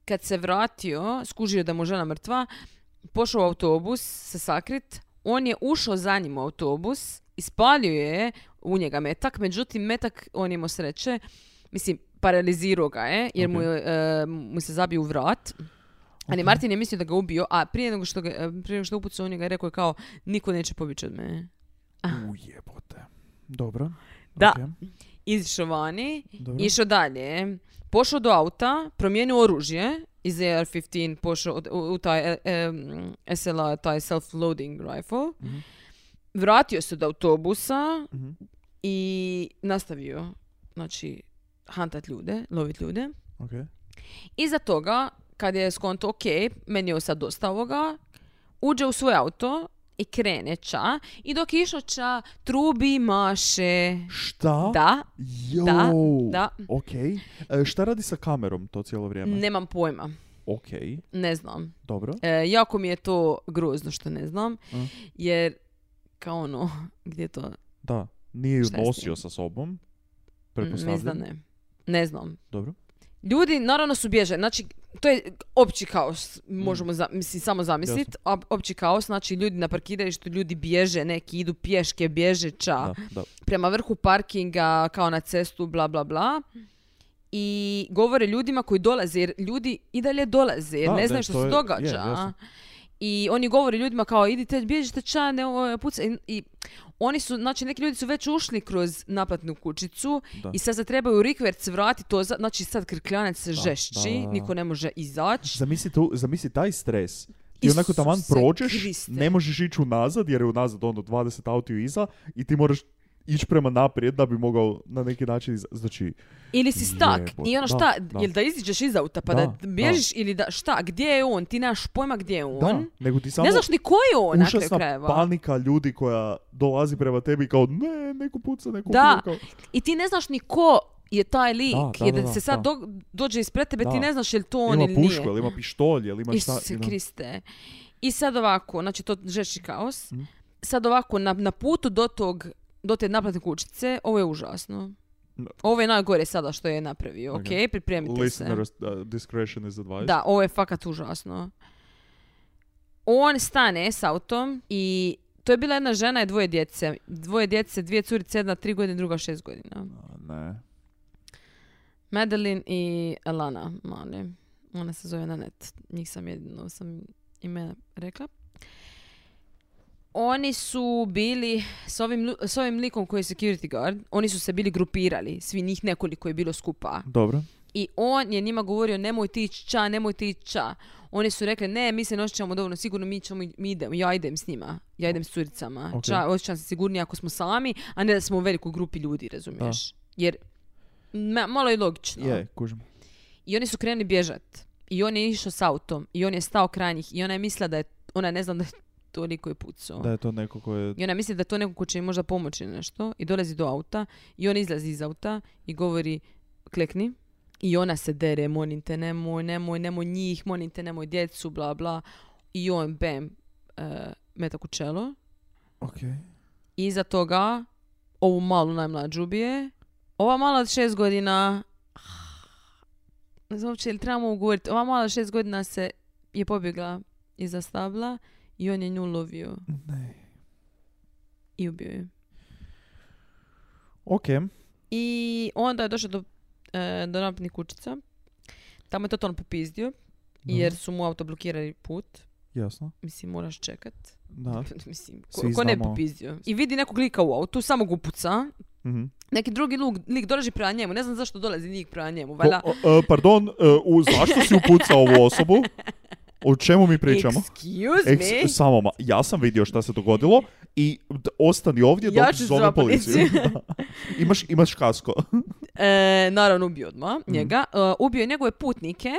Speaker 5: kad se vratio, skužio da mu je žena mrtva, pošao u autobus se sakrit, on je ušao za njim u autobus, ispalio je u njega metak, međutim metak, on je imao sreće, mislim, paralizirao ga je, jer mu, je, e, mu se zabio u vrat, A ne, Martin je mislio da ga ubio, a prije nego što, ga, e, prije nego što je upucao u njega je rekao je kao niko neće pobjeći od mene.
Speaker 4: Ujebote. Dobro.
Speaker 5: Ah. Da.
Speaker 4: okej,
Speaker 5: Izišao vani,
Speaker 4: dobro.
Speaker 5: išao dalje, pošao do auta, promijenio oružje iz AR-15, pošao od- u, u taj e, em, SLA, taj self-loading rifle.
Speaker 4: Mhm.
Speaker 5: Vratio se do autobusa
Speaker 4: Mhm.
Speaker 5: i nastavio, znači, hantat ljude, lovit ljude.
Speaker 4: Okej.
Speaker 5: Iza toga, kad je skonto, ok, meni je ovo sad dosta ovoga, uđe u svoj auto i krene ča i dok je išao ča, trubi maše.
Speaker 4: Šta?
Speaker 5: Da,
Speaker 4: Jo.
Speaker 5: da, da.
Speaker 4: Ok. E, šta radi sa kamerom to cijelo vrijeme?
Speaker 5: Nemam pojma.
Speaker 4: Ok,
Speaker 5: Ne znam.
Speaker 4: dobro.
Speaker 5: E, jako mi je to grozno što ne znam.
Speaker 4: Mm.
Speaker 5: Jer, kao ono, gdje to? Mm,
Speaker 4: Da. Nije ju
Speaker 5: Šta je s
Speaker 4: nosio
Speaker 5: tim?
Speaker 4: sa sobom.
Speaker 5: Mm, Ne
Speaker 4: Pretpostavljam.
Speaker 5: znam, ne. Ne znam.
Speaker 4: Dobro.
Speaker 5: Ljudi naravno su bježe, znači to je opći kaos,
Speaker 4: Mm.
Speaker 5: možemo za, mislim, samo zamisliti, opći kaos, znači ljudi na parkiralištu, ljudi bježe, neki idu pješke, bježe ča,
Speaker 4: Da, da.
Speaker 5: prema vrhu parkinga, kao na cestu, bla bla bla. I govore ljudima koji dolaze, jer ljudi i dalje dolaze, jer
Speaker 4: Da,
Speaker 5: ne
Speaker 4: da,
Speaker 5: znaju što
Speaker 4: to
Speaker 5: se
Speaker 4: je-
Speaker 5: događa.
Speaker 4: je, jasno.
Speaker 5: I oni govore ljudima kao idite, bježite ča, ne ovo je puca. I, i oni su, znači neki ljudi su već ušli kroz naplatnu kućicu
Speaker 4: Da.
Speaker 5: i sad se trebaju rikverc vratiti, to za- znači sad krkljanac se žešći,
Speaker 4: da, da.
Speaker 5: niko ne može izaći.
Speaker 4: Zamisli, tu, zamisli taj stres. Ti onako
Speaker 5: Isuse
Speaker 4: taman prođeš,
Speaker 5: Kriste.
Speaker 4: ne možeš ići unazad jer je unazad ono 20 autiju iza i ti moraš ići prema naprijed da bi mogao na neki način iz... Znači,
Speaker 5: Ili si stak
Speaker 4: Jebote,
Speaker 5: i ono
Speaker 4: da,
Speaker 5: šta,
Speaker 4: da.
Speaker 5: jel da iziđeš iz auta pa
Speaker 4: Da,
Speaker 5: da,
Speaker 4: da.
Speaker 5: bježiš ili da šta, gdje je on, ti nemaš pojma gdje je on.
Speaker 4: da, nego ti samo pa-
Speaker 5: Ne znaš ni ko je on na kraju
Speaker 4: užasna
Speaker 5: krajeva.
Speaker 4: panika ljudi koja dolazi prema tebi kao ne, neko puca, neko
Speaker 5: Da.
Speaker 4: ubija, kao-
Speaker 5: I ti ne znaš ni ko je taj lik.
Speaker 4: Da, da,
Speaker 5: jer
Speaker 4: da, da,
Speaker 5: se sad
Speaker 4: da.
Speaker 5: dog- dođe ispred tebe,
Speaker 4: Da.
Speaker 5: ti ne znaš je li to on ili
Speaker 4: Ima pušku,
Speaker 5: nije.
Speaker 4: ili ima pištolj, ili ima šta.
Speaker 5: Isuse
Speaker 4: ili-
Speaker 5: Kriste. I sad ovako, znači to žeši kaos.
Speaker 4: Mm.
Speaker 5: Sad ovako, na, na putu do tog do te naplatne kućice, ovo je užasno.
Speaker 4: Da.
Speaker 5: Ovo je najgore sada što je napravio, ok?
Speaker 4: Ok.
Speaker 5: Pripremite se.
Speaker 4: Listener uh, discretion is advised.
Speaker 5: Da, ovo je fakat užasno. On stane s autom i to je bila jedna žena i dvoje djece. Dvoje djece, dvije curice, jedna tri godine, druga šest godina.
Speaker 4: A, ne.
Speaker 5: Madeline i Alana mali. Ona se zove Nanet. Njih sam jedino sam ime rekla. Oni su bili s ovim, lu- s ovim likom koji je security guard, oni su se bili grupirali, svi njih nekoliko je bilo skupa.
Speaker 4: Dobro.
Speaker 5: I on je njima govorio nemoj ti ići ča, nemoj ti ići ča. Oni su rekli ne, mi se ne osjećamo dovoljno sigurno, mi, ćemo, mi idemo, ja idem s njima, ja idem s curicama.
Speaker 4: Ok.
Speaker 5: Ča, osjećam se sigurnije ako smo sami, a ne da smo u velikoj grupi ljudi, razumiješ? Jer ma- malo je logično.
Speaker 4: Je, kužim.
Speaker 5: I oni su krenuli bježat. I on je išao s autom. I on je stao kraj njih. I ona je mislila da je... Ona ne znam da je toliko je pucao.
Speaker 4: Da je to neko ko je...
Speaker 5: I ona misli da je to neko ko će im možda pomoći ili nešto. I dolazi do auta. I on izlazi iz auta i govori klekni. I ona se dere, molim te, nemoj, nemoj, nemoj njih, molim te, nemoj djecu, bla, bla. I on, bam, e, metak u čelo.
Speaker 4: Okej.
Speaker 5: I iza toga ovu malu najmlađu ubije. Ova mala od šest godina... Ne znam uopće, jel trebamo ugovoriti. Ova mala od šest godina se je pobjegla iza stabla i on je nju lovio
Speaker 4: Ne.
Speaker 5: i ubio je.
Speaker 4: Ok.
Speaker 5: I onda je došao do, e, do naprednih kućica. Tamo je totalno popizdio
Speaker 4: Mhm.
Speaker 5: jer su mu auto blokirali put.
Speaker 4: Jasno.
Speaker 5: Mislim, moraš čekat.
Speaker 4: Da.
Speaker 5: Mislim, ko,
Speaker 4: Svi
Speaker 5: ko ne bi
Speaker 4: znamo.
Speaker 5: popizdio. I vidi nekog lika u autu, samo ga upuca.
Speaker 4: Mhm.
Speaker 5: Neki drugi luk, lik dolazi prema njemu, ne znam zašto dolazi lik prema njemu, valjda...
Speaker 4: O, o, e, pardon, e, u, zašto si upucao ovu osobu? O čemu mi pričamo?
Speaker 5: Excuse
Speaker 4: Eks-
Speaker 5: me,
Speaker 4: samo, ma- ja sam vidio šta se dogodilo i d- ostani ovdje dok
Speaker 5: ja ću
Speaker 4: zovem
Speaker 5: zvat
Speaker 4: policiju.
Speaker 5: policiju.
Speaker 4: imaš, imaš kasko.
Speaker 5: E, naravno, ubio odmah
Speaker 4: Mhm.
Speaker 5: njega. E, ubio je njegove putnike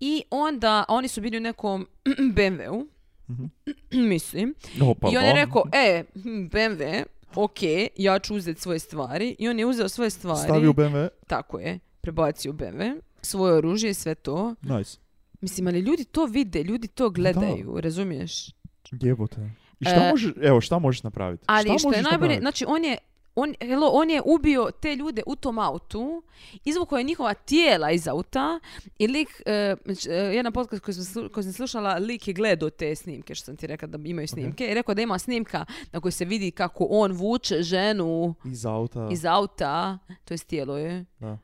Speaker 5: i onda, a oni su bili u nekom BMW-u,
Speaker 4: Mhm.
Speaker 5: mislim.
Speaker 4: No,
Speaker 5: I on je rekao, e, hm, BMW, ok, ja ću uzeti svoje stvari. I on je uzeo svoje stvari.
Speaker 4: Stavi u BMW.
Speaker 5: Tako je, prebacio u BMW, svoje oružje i sve to.
Speaker 4: Nice.
Speaker 5: Mislim, ali ljudi to vide, ljudi to gledaju, razumiješ?
Speaker 4: Jebote. I šta
Speaker 5: E,
Speaker 4: možeš, evo, šta možeš napraviti?
Speaker 5: Ali
Speaker 4: šta
Speaker 5: što je
Speaker 4: možeš
Speaker 5: najbolje,
Speaker 4: napraviti?
Speaker 5: znači on je on, hello, on je ubio te ljude u tom autu, izvukao je njihova tijela iz auta i lik, e, znači, e, jedan podcast koji sam, slu- koji sam slušala, lik je gledao te snimke, što sam ti rekla da imaju snimke, i rekao da ima snimka na kojoj se vidi kako on vuče ženu
Speaker 4: Iz auta.
Speaker 5: iz auta, to je tijelo je,
Speaker 4: Da.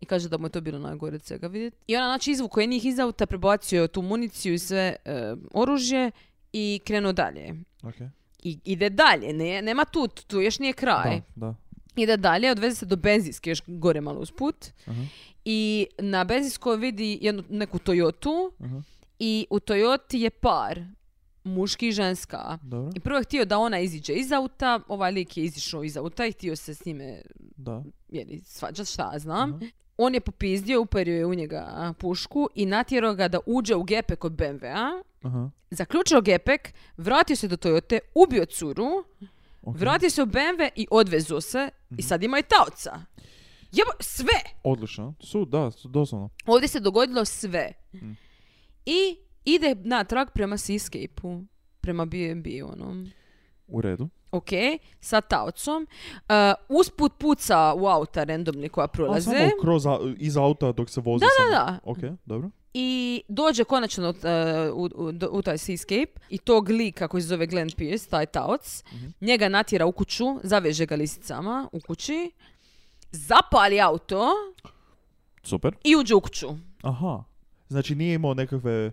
Speaker 5: I kaže da mu je to bilo najgore od svega vidjeti. I ona znači izvukao je njih iz auta, prebacio je tu municiju i sve e, oružje i krenuo dalje.
Speaker 4: Okay.
Speaker 5: I ide dalje, ne, nema tu, tu još nije kraj.
Speaker 4: Da, da.
Speaker 5: Ide dalje, odveze se do benzinske, još gore malo usput.
Speaker 4: Aha.
Speaker 5: I na benzinskoj vidi jednu, neku Toyotu
Speaker 4: Aha.
Speaker 5: i u Toyoti je par, muški i ženska.
Speaker 4: Dobro,
Speaker 5: I prvo je htio da ona iziđe iz auta, ovaj lik je izišao iz auta i htio se s njime
Speaker 4: da.
Speaker 5: jeli, svađa, šta ja znam.
Speaker 4: Mhm.
Speaker 5: On je popizdio, uperio je u njega a, pušku i natjerao ga da uđe u gepek od BMW-a.
Speaker 4: Aha.
Speaker 5: Zaključio gepek, vratio se do Toyote, ubio curu,
Speaker 4: ok. Mhm.
Speaker 5: vratio se u BMW i odvezo se i sad ima i taoca. Jebo, sve!
Speaker 4: Odlično. Su, da, su, doslovno.
Speaker 5: Ovdje se dogodilo sve.
Speaker 4: Mhm.
Speaker 5: I ide natrag prema Seascape-u, prema B&B onom.
Speaker 4: U redu.
Speaker 5: ono. Ok, sa taocom. E, usput puca u auta randomni koja
Speaker 4: A,
Speaker 5: prolaze.
Speaker 4: samo kroz, au- iz auta dok se vozi.
Speaker 5: Da,
Speaker 4: samo.
Speaker 5: da, da.
Speaker 4: Ok, dobro.
Speaker 5: I dođe konačno e, u, u, do- u taj seascape i tog lika koji se zove Glenn Pierce, taj taoc,
Speaker 4: Mhm.
Speaker 5: njega natjera u kuću, zaveže ga lisicama u kući, zapali auto
Speaker 4: Super.
Speaker 5: i uđe u kuću.
Speaker 4: Aha. Znači nije imao nekakve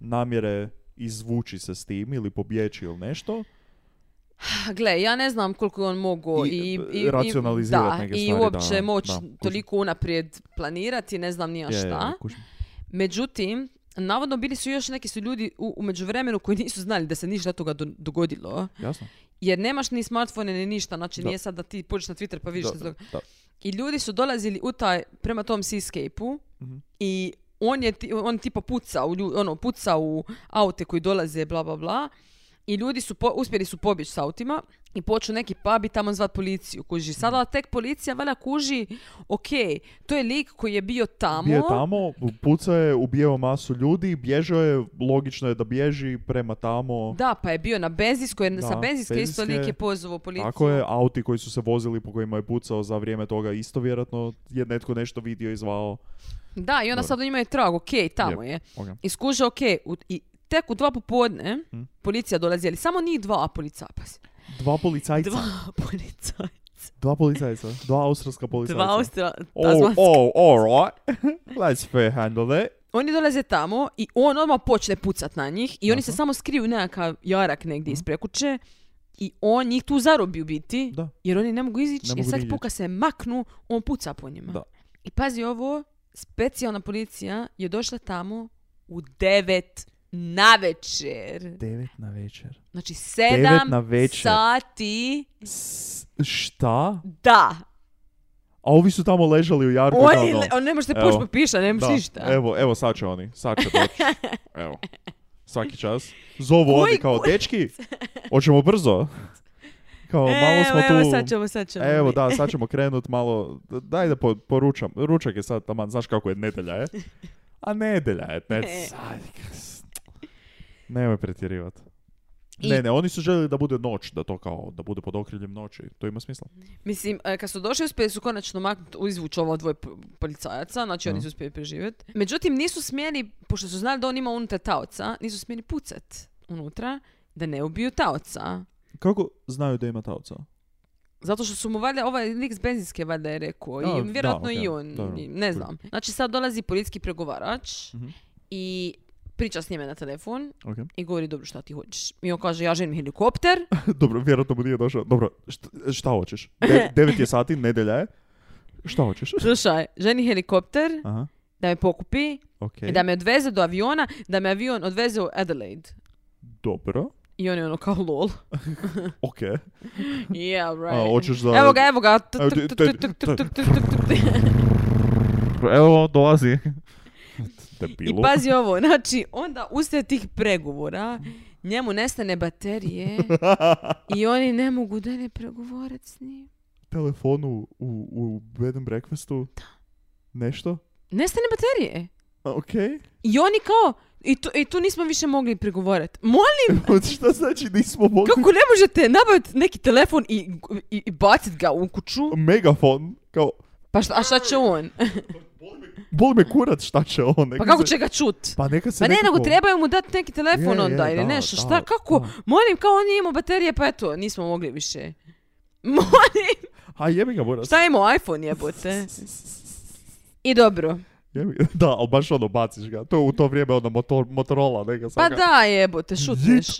Speaker 4: namjere izvući se s tim ili pobjeći ili nešto.
Speaker 5: Pa Gle, ja ne znam koliko je on mogao
Speaker 4: I,
Speaker 5: i, i,
Speaker 4: e,
Speaker 5: i-
Speaker 4: racionalizirat
Speaker 5: da,
Speaker 4: neke
Speaker 5: i
Speaker 4: stvari,
Speaker 5: uopće
Speaker 4: da,
Speaker 5: moć
Speaker 4: da, kužim.
Speaker 5: toliko unaprijed planirati, ne znam ni ja
Speaker 4: Je,
Speaker 5: šta.
Speaker 4: je, kužim.
Speaker 5: Međutim, navodno bili su još neki su ljudi u, u međuvremenu koji nisu znali da se ništa od toga do- dogodilo.
Speaker 4: Jasno.
Speaker 5: Jer nemaš ni smartfone ni ništa, znači
Speaker 4: Da.
Speaker 5: nije sad da ti pođeš na Twitter pa vidiš što se
Speaker 4: Da,
Speaker 5: događa.
Speaker 4: da.
Speaker 5: I ljudi su dolazili u taj, prema tom seascape-u
Speaker 4: Mhm.
Speaker 5: i on je, ti- on tipa puca u, lju- ono, puca u aute koji dolaze, bla, bla, bla. I ljudi su, po, uspjeli su pobjeći s autima i počnu neki pub i tamo zvat policiju. Kuži,
Speaker 4: Mhm.
Speaker 5: sada tek policija valjda kuži, ok, to je lik koji je bio tamo.
Speaker 4: Bio je tamo, pucao je, ubijao masu ljudi, bježao je, logično je da bježi prema tamo.
Speaker 5: Da, pa je bio na benzinskoj, jer sa
Speaker 4: Da,
Speaker 5: benzinske isto
Speaker 4: benzinske.
Speaker 5: lik je pozvao policiju.
Speaker 4: Tako je, auti koji su se vozili po kojima je pucao za vrijeme toga isto vjerojatno je netko nešto vidio i zvao.
Speaker 5: Da, i onda
Speaker 4: Dobro.
Speaker 5: sad on ima je trag, ok, tamo je.
Speaker 4: Ok.
Speaker 5: I skuže, ok, u- i tek u dva popodne
Speaker 4: Hm?
Speaker 5: policija dolazi, ali samo njih dva policaja, pazi.
Speaker 4: Dva policajca.
Speaker 5: Dva
Speaker 4: Dva,
Speaker 5: policaja.
Speaker 4: policajca. Dva australska policajca.
Speaker 5: Dva austra...
Speaker 4: Oh,
Speaker 5: tazmanska.
Speaker 4: oh, all right. Let's fair handle it.
Speaker 5: Oni dolaze tamo i on odmah počne pucat na njih i oni se samo skriju u nekakav jarak negdje ispred kuće i on njih tu zarobi u biti
Speaker 4: Da.
Speaker 5: jer oni ne mogu izići
Speaker 4: Ne
Speaker 5: jer
Speaker 4: mogu
Speaker 5: svaki
Speaker 4: nigdje
Speaker 5: puka se maknu, on puca po njima.
Speaker 4: Da.
Speaker 5: I pazi ovo, specijalna policija je došla tamo u devet na večer.
Speaker 4: Devet na večer.
Speaker 5: Znači sedam
Speaker 4: navečer.
Speaker 5: sati,
Speaker 4: S- šta?
Speaker 5: da.
Speaker 4: A ovi su tamo ležali u jarku. da,
Speaker 5: Oni,
Speaker 4: ono,
Speaker 5: le- on ne možete
Speaker 4: Evo.
Speaker 5: poći popiša, ne možeš
Speaker 4: da.
Speaker 5: ništa.
Speaker 4: Evo, evo sad će oni. Sad će doći. Evo. Svaki čas. Zovu
Speaker 5: Koji
Speaker 4: oni kao,
Speaker 5: kurac?
Speaker 4: dečki, hoćemo brzo. Kao, malo smo tu.
Speaker 5: evo, evo, sad ćemo, sad ćemo.
Speaker 4: Evo da, sad ćemo krenut malo, d- daj da po- poručam, ručak je sad taman, znaš kako je, nedelja je. A nedelja je, ne,
Speaker 5: E.
Speaker 4: sad, kas- nemoj pretjerivati.
Speaker 5: I-
Speaker 4: Ne, ne, oni su željeli da bude noć, da to kao, da bude pod okriljem noći, to ima smisla.
Speaker 5: Mislim, e, kad su došli, uspjeli su konačno maknuti, izvući ovo dvoje p- policajaca, znači oni su uspjeli preživjeti. Međutim, nisu smjeli, pošto su znali da on ima unutra taoca, nisu smjeli pucat unutra da ne ubiju taoca.
Speaker 4: Kako znaju da ima taoca?
Speaker 5: Zato što su mu valjda, ovaj lik s benzinske valjda je rekao
Speaker 4: A,
Speaker 5: i vjerojatno
Speaker 4: da, okej,
Speaker 5: i on,
Speaker 4: dobro.
Speaker 5: i ne znam. Znači sad dolazi policijski pregovarač
Speaker 4: Mhm.
Speaker 5: i priča s njime na telefon
Speaker 4: Ok.
Speaker 5: i govori dobro šta ti hoćeš. I on kaže ja želim helikopter,
Speaker 4: Dobro, vjerojatno mu nije došao. Dobro, šta, šta hoćeš? De, devet je sati, nedelja je. Šta hoćeš?
Speaker 5: slušaj, želim helikopter
Speaker 4: Aha,
Speaker 5: da me pokupi
Speaker 4: ok.
Speaker 5: I da me odveze do aviona, da me avion odveze u Adelaide.
Speaker 4: Dobro,
Speaker 5: I on je ono kao lol.
Speaker 4: ok.
Speaker 5: Yeah,
Speaker 4: A,
Speaker 5: right.
Speaker 4: hoćeš da...
Speaker 5: Evo ga, evo ga.
Speaker 4: Evo, te- te- Evo, on dolazi.
Speaker 5: I
Speaker 4: Debilu.
Speaker 5: pazi ovo, znači onda uslijed tih pregovora njemu nestane baterije i oni ne mogu dalje pregovorati s njim.
Speaker 4: telefonu u, u bed and breakfastu nešto.
Speaker 5: Nestane baterije.
Speaker 4: Ok.
Speaker 5: I oni kao, i tu, i tu nismo više mogli pregovorati. Molim,
Speaker 4: Šta znači nismo mogli...
Speaker 5: kako ne možete nabaviti neki telefon i, i, i bacit ga u kuću?
Speaker 4: Megafon. Kao,
Speaker 5: Pa šta, a šta će on?
Speaker 4: boli me kurac šta će on.
Speaker 5: Pa
Speaker 4: neka
Speaker 5: kako
Speaker 4: se-
Speaker 5: će ga čut?
Speaker 4: Pa neka se
Speaker 5: Pa ne,
Speaker 4: nekako-
Speaker 5: nego trebaju mu dati neki telefon
Speaker 4: Je,
Speaker 5: onda
Speaker 4: je,
Speaker 5: ili
Speaker 4: da,
Speaker 5: nešto.
Speaker 4: da,
Speaker 5: šta, kako?
Speaker 4: da.
Speaker 5: Molim, kao on je imao baterije, pa eto, nismo mogli više. Molim,
Speaker 4: A jebi ga, Boras.
Speaker 5: šta je imao iPhone jebote? I dobro.
Speaker 4: Jebi ga. Da, ali baš ono, baciš ga. To je u to vrijeme ono motor, Motorola, neka
Speaker 5: Pa
Speaker 4: svaka.
Speaker 5: da, jebote, šutneš.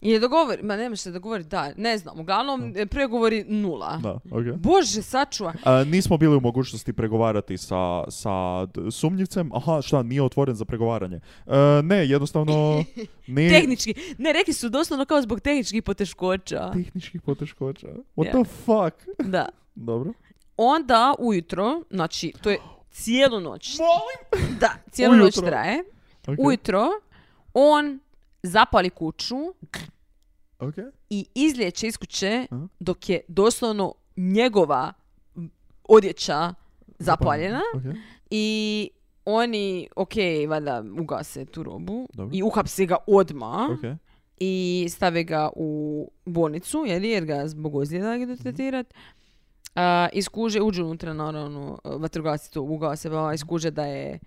Speaker 5: I ne dogovori, ma nemaš se dogovoriti, da, ne znam, uglavnom e, pregovori nula.
Speaker 4: Da, okej.
Speaker 5: Bože, sačuva.
Speaker 4: A, nismo bili u mogućnosti pregovarati sa, sa d- sumnjivcem. Aha, šta, nije otvoren za pregovaranje. E, ne, jednostavno... Nije...
Speaker 5: Tehnički, ne, rekli su doslovno kao zbog tehničkih poteškoća.
Speaker 4: Tehničkih poteškoća. What
Speaker 5: Ja.
Speaker 4: the fuck?
Speaker 5: Da.
Speaker 4: Dobro.
Speaker 5: Onda ujutro, znači, to je cijelu noć.
Speaker 4: Molim!
Speaker 5: Da, cijelu
Speaker 4: Ujutro.
Speaker 5: noć traje.
Speaker 4: Ok,
Speaker 5: Ujutro, on zapali kuću
Speaker 4: ok.
Speaker 5: i izliječe iz kuće
Speaker 4: Aha.
Speaker 5: dok je doslovno njegova odjeća zapaljena.
Speaker 4: Ok.
Speaker 5: I oni, ok, valjda ugase tu robu
Speaker 4: Dobro.
Speaker 5: i uhapse ga odma
Speaker 4: Ok.
Speaker 5: i stave ga u bolnicu, jer, jer ga zbog ozljeda
Speaker 4: Mhm.
Speaker 5: idu tretirat. A, iskuže, uđu unutra, naravno, vatrogasci to ugase, pa iskuže da je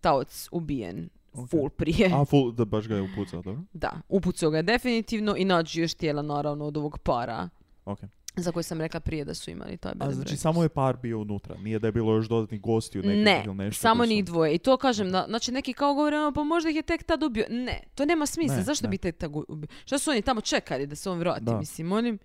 Speaker 5: taoc ubijen
Speaker 4: Ok.
Speaker 5: full prije.
Speaker 4: A, full, da baš ga je upucao, dobro.
Speaker 5: Da, upucao ga je definitivno i nađu još tijela, naravno, od ovog para
Speaker 4: Ok.
Speaker 5: za koje sam rekla prije da su imali. To je
Speaker 4: A
Speaker 5: bez
Speaker 4: znači
Speaker 5: broja.
Speaker 4: samo je par bio unutra, nije da je bilo još dodatnih gostiju nekih
Speaker 5: Ne,
Speaker 4: ili nešto.
Speaker 5: samo
Speaker 4: koji su-
Speaker 5: njih dvoje. I to kažem, da, znači neki kao govore, ono, pa možda ih je tek tad ubio. Ne, to nema smisla.
Speaker 4: Ne,
Speaker 5: Zašto
Speaker 4: ne.
Speaker 5: bi tek tad gu- ubio? Šta su oni tamo čekali da se on vrati?
Speaker 4: Da.
Speaker 5: Mislim, oni...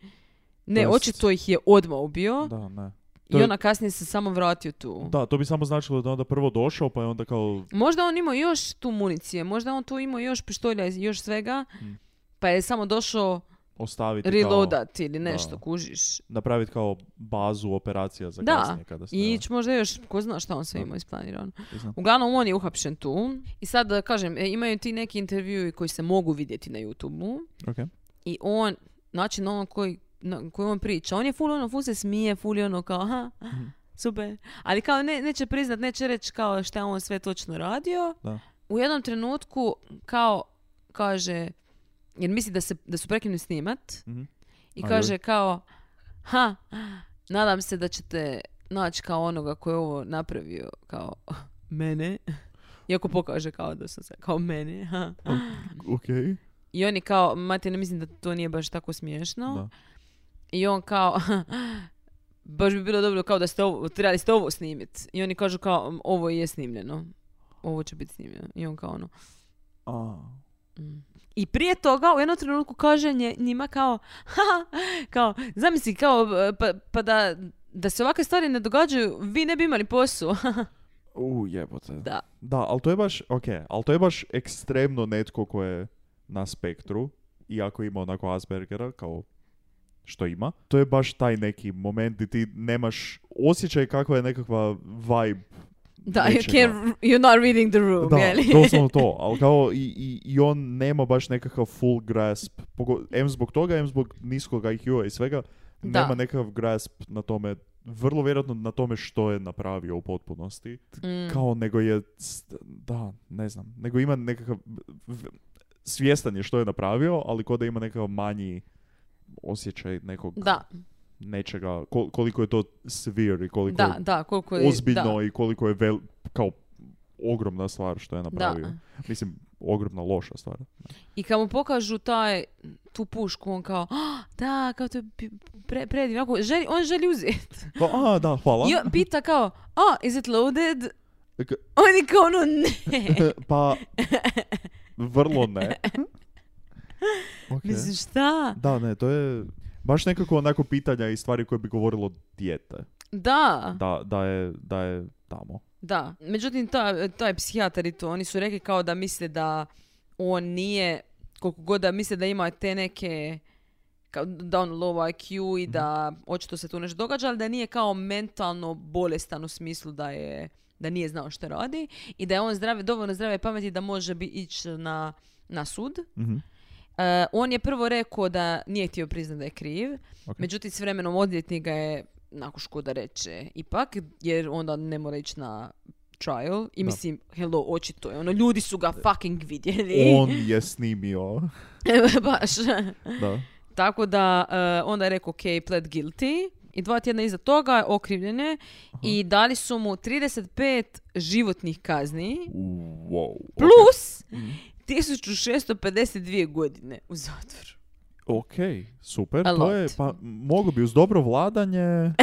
Speaker 5: Ne,
Speaker 4: jest-
Speaker 5: očito ih je odmah ubio
Speaker 4: Da, ne. to
Speaker 5: i
Speaker 4: je-
Speaker 5: ona kasnije se samo vratio tu.
Speaker 4: Da, to bi samo značilo da je onda prvo došao, pa je onda kao...
Speaker 5: Možda on imao još tu municije, možda on tu imao još pištolja, i još svega,
Speaker 4: Mm.
Speaker 5: pa je samo došao
Speaker 4: ostaviti kao,
Speaker 5: reloadat ili nešto, kužiš.
Speaker 4: napraviti kao bazu operacija za
Speaker 5: Da,
Speaker 4: kasnije kada ste,
Speaker 5: I ić možda još, ko zna šta on sve
Speaker 4: Da.
Speaker 5: imao isplanirano.
Speaker 4: ne znam.
Speaker 5: Uglavnom, on je uhapšen tu. I sad, da kažem, e, imaju ti neki intervjui koji se mogu vidjeti na youtube
Speaker 4: Ok.
Speaker 5: I on, način ono koji, na, koji on priča, on je full ono, full se smije, full je ono kao, aha,
Speaker 4: Mhm.
Speaker 5: super. Ali kao ne, neće priznat, neće reći kao šta je on sve točno radio.
Speaker 4: Da.
Speaker 5: U jednom trenutku kao kaže, jer misli da, se, da su prekinuli snimat,
Speaker 4: Mhm.
Speaker 5: i
Speaker 4: A,
Speaker 5: kaže
Speaker 4: joj.
Speaker 5: kao, ha, nadam se da ćete naći kao onoga koji je ovo napravio, kao mene. Iako pokaže kao da sam se, kao mene, ha.
Speaker 4: Ok.
Speaker 5: I oni kao, mate, ne mislim da to nije baš tako smiješno.
Speaker 4: Da.
Speaker 5: I on kao, baš bi bilo dobro kao da ste ovo, trebali ste ovo snimit. I oni kažu kao, "M, ovo je snimljeno. Ovo će biti snimljeno. I on kao ono. "Mm."
Speaker 4: A,
Speaker 5: I prije toga u jednom trenutku kaže nje, njima kao, "Haha," kao, zamisli kao, e, pa, pa da, da se ovakve stvari ne događaju, vi ne bi imali posao.
Speaker 4: u jebote.
Speaker 5: Da.
Speaker 4: Da, ali to je baš, ok, ali to je baš ekstremno netko ko je na spektru, iako ima onako Aspergera, kao što ima, to je baš taj neki moment gdje ti nemaš osjećaj kakva je nekakva vibe
Speaker 5: da, you
Speaker 4: nečega.
Speaker 5: can't- you're not reading the room,
Speaker 4: Da,
Speaker 5: jeli?
Speaker 4: doslovno to, ali kao i, i, i on nema baš nekakav full grasp, pogo- em zbog toga, em zbog niskog IQ-a i svega,
Speaker 5: Da.
Speaker 4: nema nekakav grasp na tome, vrlo vjerojatno na tome što je napravio u potpunosti,
Speaker 5: Mm.
Speaker 4: kao nego je, s- da, ne znam, nego ima nekakav, v- svjestan je što je napravio, ali ko da ima nekakav manji osjećaj nekog
Speaker 5: Da,
Speaker 4: nečega, ko- koliko je to severe i koliko
Speaker 5: da,
Speaker 4: je
Speaker 5: da, koliko je...
Speaker 4: ozbiljno
Speaker 5: da,
Speaker 4: i koliko je vel, kao ogromna stvar što je napravio.
Speaker 5: da.
Speaker 4: Mislim, ogromna loša stvar.
Speaker 5: I kad mu pokažu taj, tu pušku, on kao, "Ah, da, kao to je bi- pre, predivno. Onako, želi, on želi uzeti.
Speaker 4: Kao, Pa, a, da, hvala.
Speaker 5: I on pita kao, a, is it loaded?
Speaker 4: K-
Speaker 5: Oni kao, ono, ne.
Speaker 4: pa, vrlo ne. Ok.
Speaker 5: Mislim, šta?
Speaker 4: Da, ne, to je baš nekako onako pitanja i stvari koje bi govorilo dijete.
Speaker 5: Da,
Speaker 4: Da, da, je, da je tamo.
Speaker 5: da. Međutim, ta, taj psihijatar i to, oni su rekli kao da misle da on nije, koliko god da misle da ima te neke kao da on low IQ i da očito se tu nešto događa, ali da nije kao mentalno bolestan u smislu da je da nije znao što radi i da je on zdrave, dovoljno zdrave pameti da može bi ići na, na sud.
Speaker 4: Mhm.
Speaker 5: E, on je prvo rekao da nije htio priznati da je kriv,
Speaker 4: Ok.
Speaker 5: međutim s vremenom odvjetnik ga je nakon škoda reče ipak, jer onda ne mora ići na trial i
Speaker 4: Da.
Speaker 5: mislim, hello, očito je, ono, ljudi su ga fucking vidjeli.
Speaker 4: On je snimio.
Speaker 5: Baš.
Speaker 4: Da.
Speaker 5: Tako da, e, onda je rekao, ok, pled guilty. I dva tjedna iza toga je okrivljen je i dali su mu 35 životnih kazni
Speaker 4: Wow. Mhm.
Speaker 5: plus 1652 godine u zatvoru.
Speaker 4: Ok, super.
Speaker 5: A
Speaker 4: to je,
Speaker 5: lot.
Speaker 4: pa moglo bi uz dobro vladanje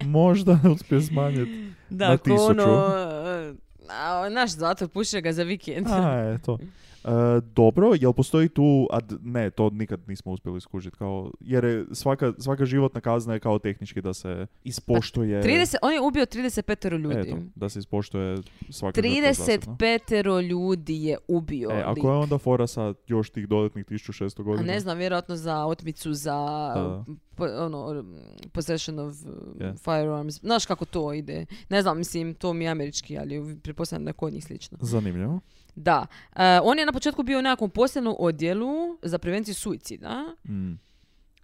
Speaker 4: možda uspio smanjiti.
Speaker 5: Da,
Speaker 4: Na
Speaker 5: ko
Speaker 4: tisuću.
Speaker 5: ono, e, a, naš zatvor puše ga za vikend.
Speaker 4: A, eto. E, dobro, jel postoji tu, a d- ne, to nikad nismo uspjeli skužiti, kao, jer je svaka, svaka životna kazna je kao tehnički da se ispoštuje...
Speaker 5: 30, on je ubio 35 Pa, ljudi.
Speaker 4: Eto, da se ispoštuje svaka žrtva zasebno.
Speaker 5: 35 ljudi je ubio.
Speaker 4: E, a
Speaker 5: lik.
Speaker 4: koja je onda fora sa još tih dodatnih 1600
Speaker 5: A
Speaker 4: godina?
Speaker 5: ne znam, vjerojatno za otmicu, za
Speaker 4: Da.
Speaker 5: po- ono, r- possession of uh,
Speaker 4: Je.
Speaker 5: firearms. Znaš kako to ide. Ne znam, mislim, to mi je američki, ali pretpostavljam da je kod njih slično.
Speaker 4: Zanimljivo.
Speaker 5: Da. E, on je na početku bio u nekakvom posebnom odjelu za prevenciju suicida.
Speaker 4: Mm.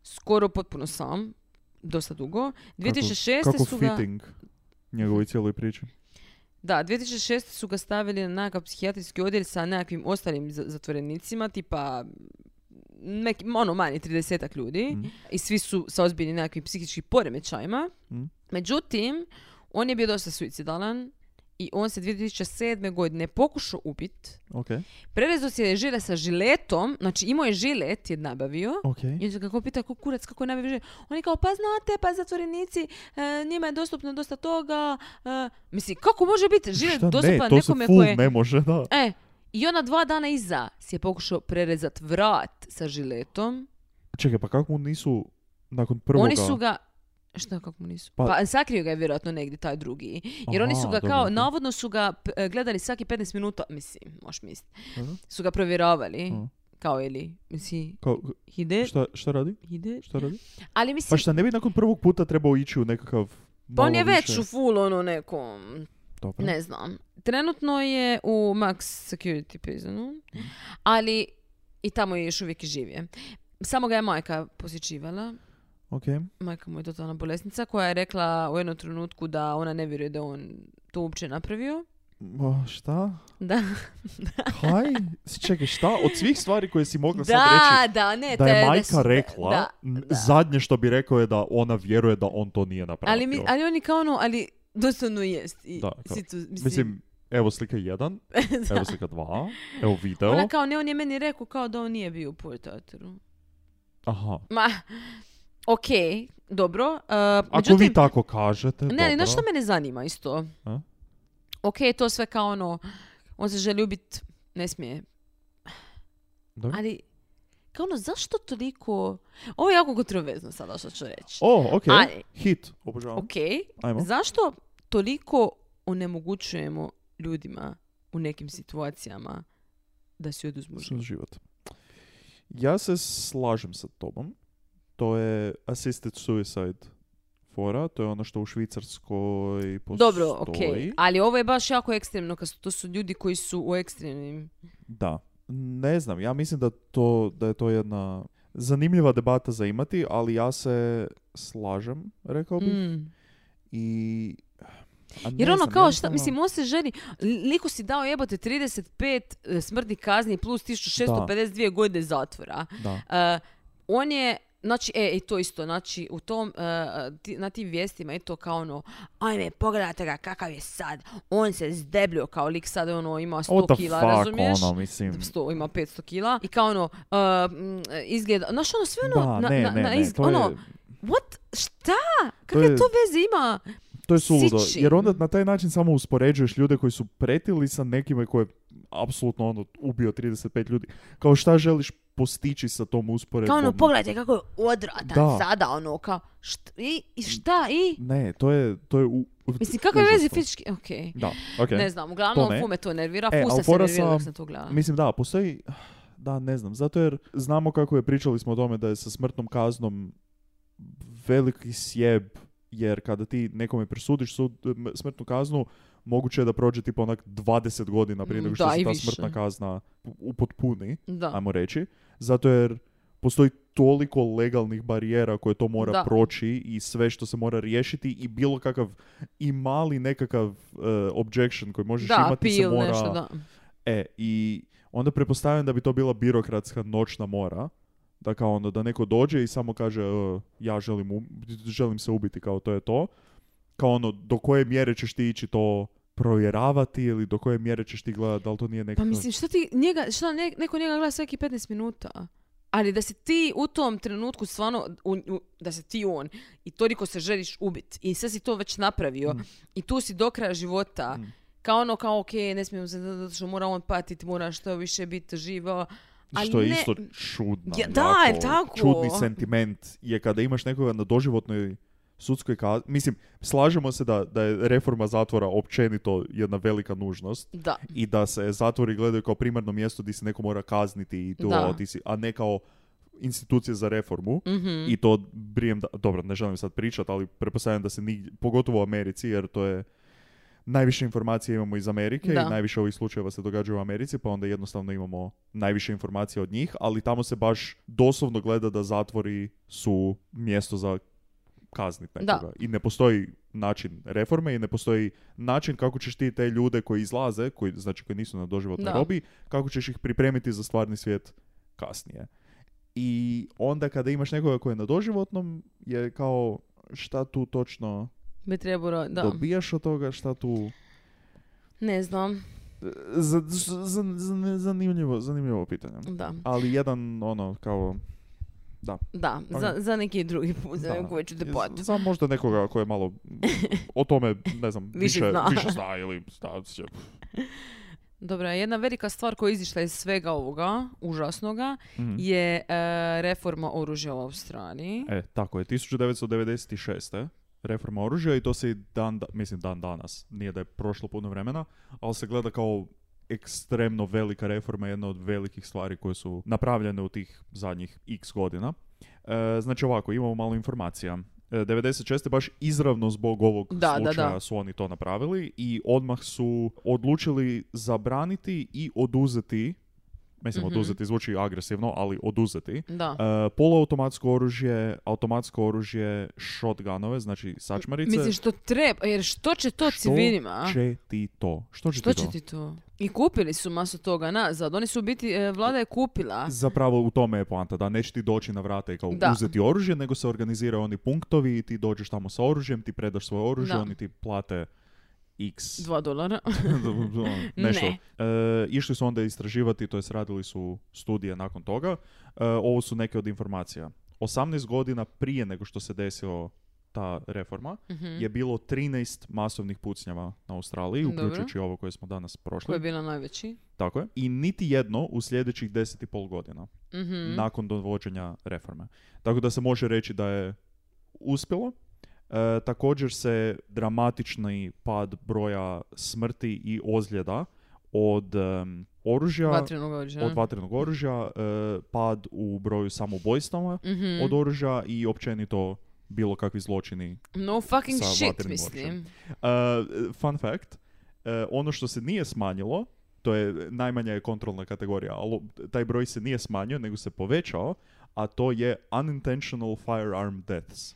Speaker 5: Skoro potpuno sam. Dosta dugo. 2006.
Speaker 4: Kako
Speaker 5: su ga...
Speaker 4: fitting njegovoj cijeloj priči.
Speaker 5: Da, 2006. su ga stavili na nekakav psihijatrijski odjel sa nekakvim ostalim za- zatvorenicima, tipa neki, ono manje, 30 ljudi.
Speaker 4: Mhm.
Speaker 5: I svi su sa ozbiljnim nekakvim psihičkim poremećajima.
Speaker 4: Mhm.
Speaker 5: Međutim, on je bio dosta suicidalan i on se 2007. godine pokušao ubit.
Speaker 4: Ok,
Speaker 5: Prerezao se je žile sa žiletom, znači imao je žilet, je nabavio.
Speaker 4: ok.
Speaker 5: I on se kako pita, kako kurac, kako je nabavio žilet? On je kao, pa znate, pa zatvorenici, e, njima je dostupno dosta toga. E, mislim, kako može biti žilet
Speaker 4: Šta ne,
Speaker 5: dostupan
Speaker 4: to se
Speaker 5: pa nekome
Speaker 4: full
Speaker 5: koje...
Speaker 4: ne može, da.
Speaker 5: E, i ona dva dana iza si je pokušao prerezat vrat sa žiletom.
Speaker 4: Čekaj, pa kako mu nisu nakon prvoga...
Speaker 5: Oni su ga... Šta, kako mu nisu?
Speaker 4: Pa-
Speaker 5: Pa, sakrio ga je vjerojatno negdje taj drugi. Jer oni
Speaker 4: Aha,
Speaker 5: su ga
Speaker 4: dobro,
Speaker 5: kao,
Speaker 4: ok.
Speaker 5: navodno su ga p- e, gledali svaki 15 minuta, mislim, možeš misliti.
Speaker 4: Aha.
Speaker 5: Su ga provjeravali,
Speaker 4: Mhm.
Speaker 5: kao ili, mislim,
Speaker 4: Kao,
Speaker 5: ide,
Speaker 4: šta, šta radi?
Speaker 5: ide.
Speaker 4: Šta radi?
Speaker 5: Ali mislim,
Speaker 4: Pa šta, ne bi nakon prvog puta trebao ići u nekakav...
Speaker 5: pa on
Speaker 4: malo
Speaker 5: je već
Speaker 4: više- Pa.
Speaker 5: u full ono nekom
Speaker 4: Dobro.
Speaker 5: Ne znam. Trenutno je u Max Security prisonu,
Speaker 4: Mm.
Speaker 5: ali i tamo je još uvijek živije. Samo ga je majka posjećivala.
Speaker 4: Ok.
Speaker 5: Majka mu je totalna bolesnica koja je rekla u jednom trenutku da ona ne vjeruje da je on to uopće napravio.
Speaker 4: Ma, šta?
Speaker 5: Da,
Speaker 4: Haj? Čekaj, šta? Od svih stvari koje si mogla sad reći...
Speaker 5: da, da, ne.
Speaker 4: Da
Speaker 5: te-
Speaker 4: je
Speaker 5: su-
Speaker 4: majka
Speaker 5: da-
Speaker 4: rekla,
Speaker 5: da.
Speaker 4: n- zadnje što bi rekao je da ona vjeruje da on to nije napravio.
Speaker 5: Ali, mi, ali oni kao ono, ali doslovno jest. I
Speaker 4: Da, kao-
Speaker 5: si tu- mislim,
Speaker 4: Mislim, evo slika jedan,
Speaker 5: da.
Speaker 4: evo slika dva, evo video.
Speaker 5: Ona kao, ne, on je meni rekao kao da on nije bio u portatoru.
Speaker 4: Aha.
Speaker 5: Ma, okej, dobro. Uh,
Speaker 4: Ako vi tako kažete,
Speaker 5: Ne,
Speaker 4: dobro.
Speaker 5: ali znaš što mene zanima isto?
Speaker 4: A?
Speaker 5: Ok, to sve kao ono, on se želi ubit, ne smije.
Speaker 4: Dobro.
Speaker 5: Ali, kao ono, zašto toliko... Ovo je jako kontroverzno sada što ću reći.
Speaker 4: O, okej.
Speaker 5: Ali-
Speaker 4: Hit. Obožavam.
Speaker 5: Ok,
Speaker 4: Ajmo.
Speaker 5: zašto toliko onemogućujemo ljudima u nekim situacijama da si oduzmu
Speaker 4: Za
Speaker 5: život?
Speaker 4: život. Ja se slažem sa tobom. To je assisted suicide fora, to je ono što u Švicarskoj postoji.
Speaker 5: Dobro, ok, ali ovo je baš jako ekstremno, kad su, to su ljudi koji su u ekstremnim...
Speaker 4: Da. Ne znam, ja mislim da, to, da je to jedna zanimljiva debata za imati, ali ja se slažem, rekao bih.
Speaker 5: Mm.
Speaker 4: I... a ne
Speaker 5: Jer ono
Speaker 4: znam,
Speaker 5: kao šta,
Speaker 4: jednostavno-
Speaker 5: mislim, on se želi, liku si dao jebote 35 e, smrtnih kazni plus 1652 godine zatvora.
Speaker 4: Da.
Speaker 5: E, on je, znači, e, i to isto, znači, u tom, e, ti- na tim vijestima je to kao ono, ajme, pogledajte ga kakav je sad, on se zdebljio kao lik sad, ono, ima 100
Speaker 4: What the
Speaker 5: kila,
Speaker 4: fuck,
Speaker 5: razumiješ?
Speaker 4: ono, mislim.
Speaker 5: 100, ima 500 kila i kao ono, e, m, izgleda, znaš ono, sve ono,
Speaker 4: Da,
Speaker 5: na,
Speaker 4: ne,
Speaker 5: na-
Speaker 4: ne,
Speaker 5: na
Speaker 4: ne,
Speaker 5: izg-
Speaker 4: to
Speaker 5: ono,
Speaker 4: je,
Speaker 5: what, šta, kakve
Speaker 4: je-
Speaker 5: to veze ima?
Speaker 4: To je suludo,
Speaker 5: Sići.
Speaker 4: jer onda na taj način samo uspoređuješ ljude koji su pretili sa nekima koji je apsolutno ono ubio 35 ljudi. Kao šta želiš postići sa tom usporedbom?
Speaker 5: Kao ono, pogledajte kako je odratan
Speaker 4: Da.
Speaker 5: sada, ono, kao, št, i, i šta, i?
Speaker 4: Ne, to je, to je u, u-
Speaker 5: Mislim, kakve veze
Speaker 4: užasno.
Speaker 5: fizički, okej.
Speaker 4: Da, ok.
Speaker 5: Ne znam, uglavnom,
Speaker 4: To ne.
Speaker 5: fu me to nervira,
Speaker 4: E,
Speaker 5: fu
Speaker 4: ali
Speaker 5: sam se
Speaker 4: fora
Speaker 5: nervirala
Speaker 4: sam-
Speaker 5: dok sam to gledala.
Speaker 4: Mislim da, postoji, da ne znam, zato jer znamo kako je pričali smo o tome da je sa smrtnom kaznom veliki sjeb, jer kada ti nekome presudiš sud, m- smrtnu kaznu, moguće je da prođe tipa onak 20 godina prije
Speaker 5: Mm,
Speaker 4: nego što
Speaker 5: da,
Speaker 4: se
Speaker 5: i
Speaker 4: ta
Speaker 5: više.
Speaker 4: smrtna kazna u- upotpuni,
Speaker 5: Da,
Speaker 4: ajmo reći, zato jer postoji toliko legalnih barijera koje to mora
Speaker 5: Da.
Speaker 4: proći i sve što se mora riješiti i bilo kakav i mali nekakav eh, objection koji možeš
Speaker 5: da,
Speaker 4: imati se
Speaker 5: pil,
Speaker 4: mora
Speaker 5: nešto, da.
Speaker 4: E, i onda pretpostavljam da bi to bila birokratska noćna mora. Da kao ono, da neko dođe i samo kaže "E, ja želim, um- želim se ubiti, kao to je to. Kao ono, do koje mjere ćeš ti ići to provjeravati ili do koje mjere ćeš ti gledati da li to nije
Speaker 5: Pa
Speaker 4: nekakav...
Speaker 5: mislim, šta ti njega, šta ne- neko njega gleda svaki 15 minuta? Ali da se ti u tom trenutku stvarno, u- u- da se ti on i toliko se želiš ubit i sad si to već napravio
Speaker 4: Mm.
Speaker 5: i tu si do kraja života kao ono kao ok, ne smijem se zato što mora on patiti, mora što više biti živa. Ali
Speaker 4: Što je
Speaker 5: ne,
Speaker 4: isto čudno.
Speaker 5: Ja, da, je
Speaker 4: jako
Speaker 5: tako.
Speaker 4: Čudni sentiment je kada imaš nekoga na doživotnoj sudskoj kazni. Mislim, slažemo se da, da je reforma zatvora općenito jedna velika nužnost
Speaker 5: Da.
Speaker 4: i da se zatvori gledaju kao primarno mjesto gdje se neko mora kazniti i to,
Speaker 5: Da.
Speaker 4: ti si- a ne kao institucije za reformu
Speaker 5: Mhm.
Speaker 4: i to brijem da, dobro, ne želim sad pričat, ali pretpostavljam da se nigdje, pogotovo u Americi, jer to je najviše informacije imamo iz Amerike
Speaker 5: Da.
Speaker 4: i najviše ovih slučajeva se događa u Americi, pa onda jednostavno imamo najviše informacija od njih, ali tamo se baš doslovno gleda da zatvori su mjesto za kaznit nekoga.
Speaker 5: Da.
Speaker 4: I ne postoji način reforme i ne postoji način kako ćeš ti te ljude koji izlaze, koji, znači koji nisu na doživotnoj
Speaker 5: Da.
Speaker 4: robi, kako ćeš ih pripremiti za stvarni svijet kasnije. I onda kada imaš nekoga koji je na doživotnom, je kao šta tu točno
Speaker 5: Bi trebalo, da.
Speaker 4: dobijaš od toga, šta tu... e,
Speaker 5: Ne znam,
Speaker 4: Z- z- z- z- zanimljivo, zanimljivo pitanje.
Speaker 5: da.
Speaker 4: Ali jedan, ono, kao...
Speaker 5: Da, za, za neki drugi put, za
Speaker 4: Da.
Speaker 5: neku veću
Speaker 4: Z-
Speaker 5: depotu.
Speaker 4: Za možda nekoga koji je malo o tome, ne znam,
Speaker 5: Više
Speaker 4: više,
Speaker 5: zna.
Speaker 4: više zna ili zna, će-
Speaker 5: Dobra, jedna velika stvar koja je izišla iz svega ovoga, užasnoga,
Speaker 4: Mhm.
Speaker 5: je e, reforma oružja u Australiji.
Speaker 4: E, tako je, 1996. e, reforma oružja i to se i dan, da- mislim dan danas, nije da je prošlo puno vremena, ali se gleda kao ekstremno velika reforma, jedna od velikih stvari koje su napravljene u tih zadnjih x godina. E, znači ovako, imamo malo informacija. E, 96. baš izravno zbog ovog
Speaker 5: Da, da,
Speaker 4: slučaja
Speaker 5: da.
Speaker 4: su oni to napravili i odmah su odlučili zabraniti i oduzeti, mislim
Speaker 5: Mhm.
Speaker 4: oduzeti zvuči agresivno, ali oduzeti,
Speaker 5: Da.
Speaker 4: E, poluautomatsko oružje, automatsko oružje, shotgunove, znači sačmarice.
Speaker 5: Mislim što treba, jer što će to
Speaker 4: Što
Speaker 5: civilima? a?
Speaker 4: će ti to? Što će
Speaker 5: Što
Speaker 4: ti
Speaker 5: će
Speaker 4: to?
Speaker 5: ti to? I kupili su masu toga nazad. Oni su u biti, e, vlada je kupila.
Speaker 4: Zapravo u tome je poanta, da neće ti doći na vrata i kao
Speaker 5: Da.
Speaker 4: uzeti oružje, nego se organiziraju oni punktovi i ti dođeš tamo sa oružjem, ti predaš svoje oružje,
Speaker 5: Da.
Speaker 4: oni ti plate x Ono,
Speaker 5: Dva dolara.
Speaker 4: nešto.
Speaker 5: Ne.
Speaker 4: E, išli su onda istraživati, to jest radili su studije nakon toga. E, ovo su neke od informacija. 18 godina prije nego što se desio ta reforma
Speaker 5: Mhm.
Speaker 4: je bilo 13 masovnih pucnjava na Australiji,
Speaker 5: Dobro.
Speaker 4: uključujući ovo koje smo danas prošli.
Speaker 5: Koja je bila najveći.
Speaker 4: Tako je. I niti jedno u sljedećih 10,5 godina
Speaker 5: Mhm.
Speaker 4: nakon dovođenja reforme. Tako da se može reći da je uspjelo. E, također se dramatični pad broja smrti i ozljeda od em, oružja,
Speaker 5: Vatrenog oružja.
Speaker 4: od vatrenog oružja, e, pad u broju samoubojstava
Speaker 5: Mhm.
Speaker 4: od oružja i općenito bilo kakvi zločini.
Speaker 5: No fucking
Speaker 4: sa
Speaker 5: shit,
Speaker 4: vatrenim
Speaker 5: mislim.
Speaker 4: E, fun fact, e, ono što se nije smanjilo, to je najmanja je kontrolna kategorija, ali taj broj se nije smanjio, nego se povećao, a to je unintentional firearm deaths.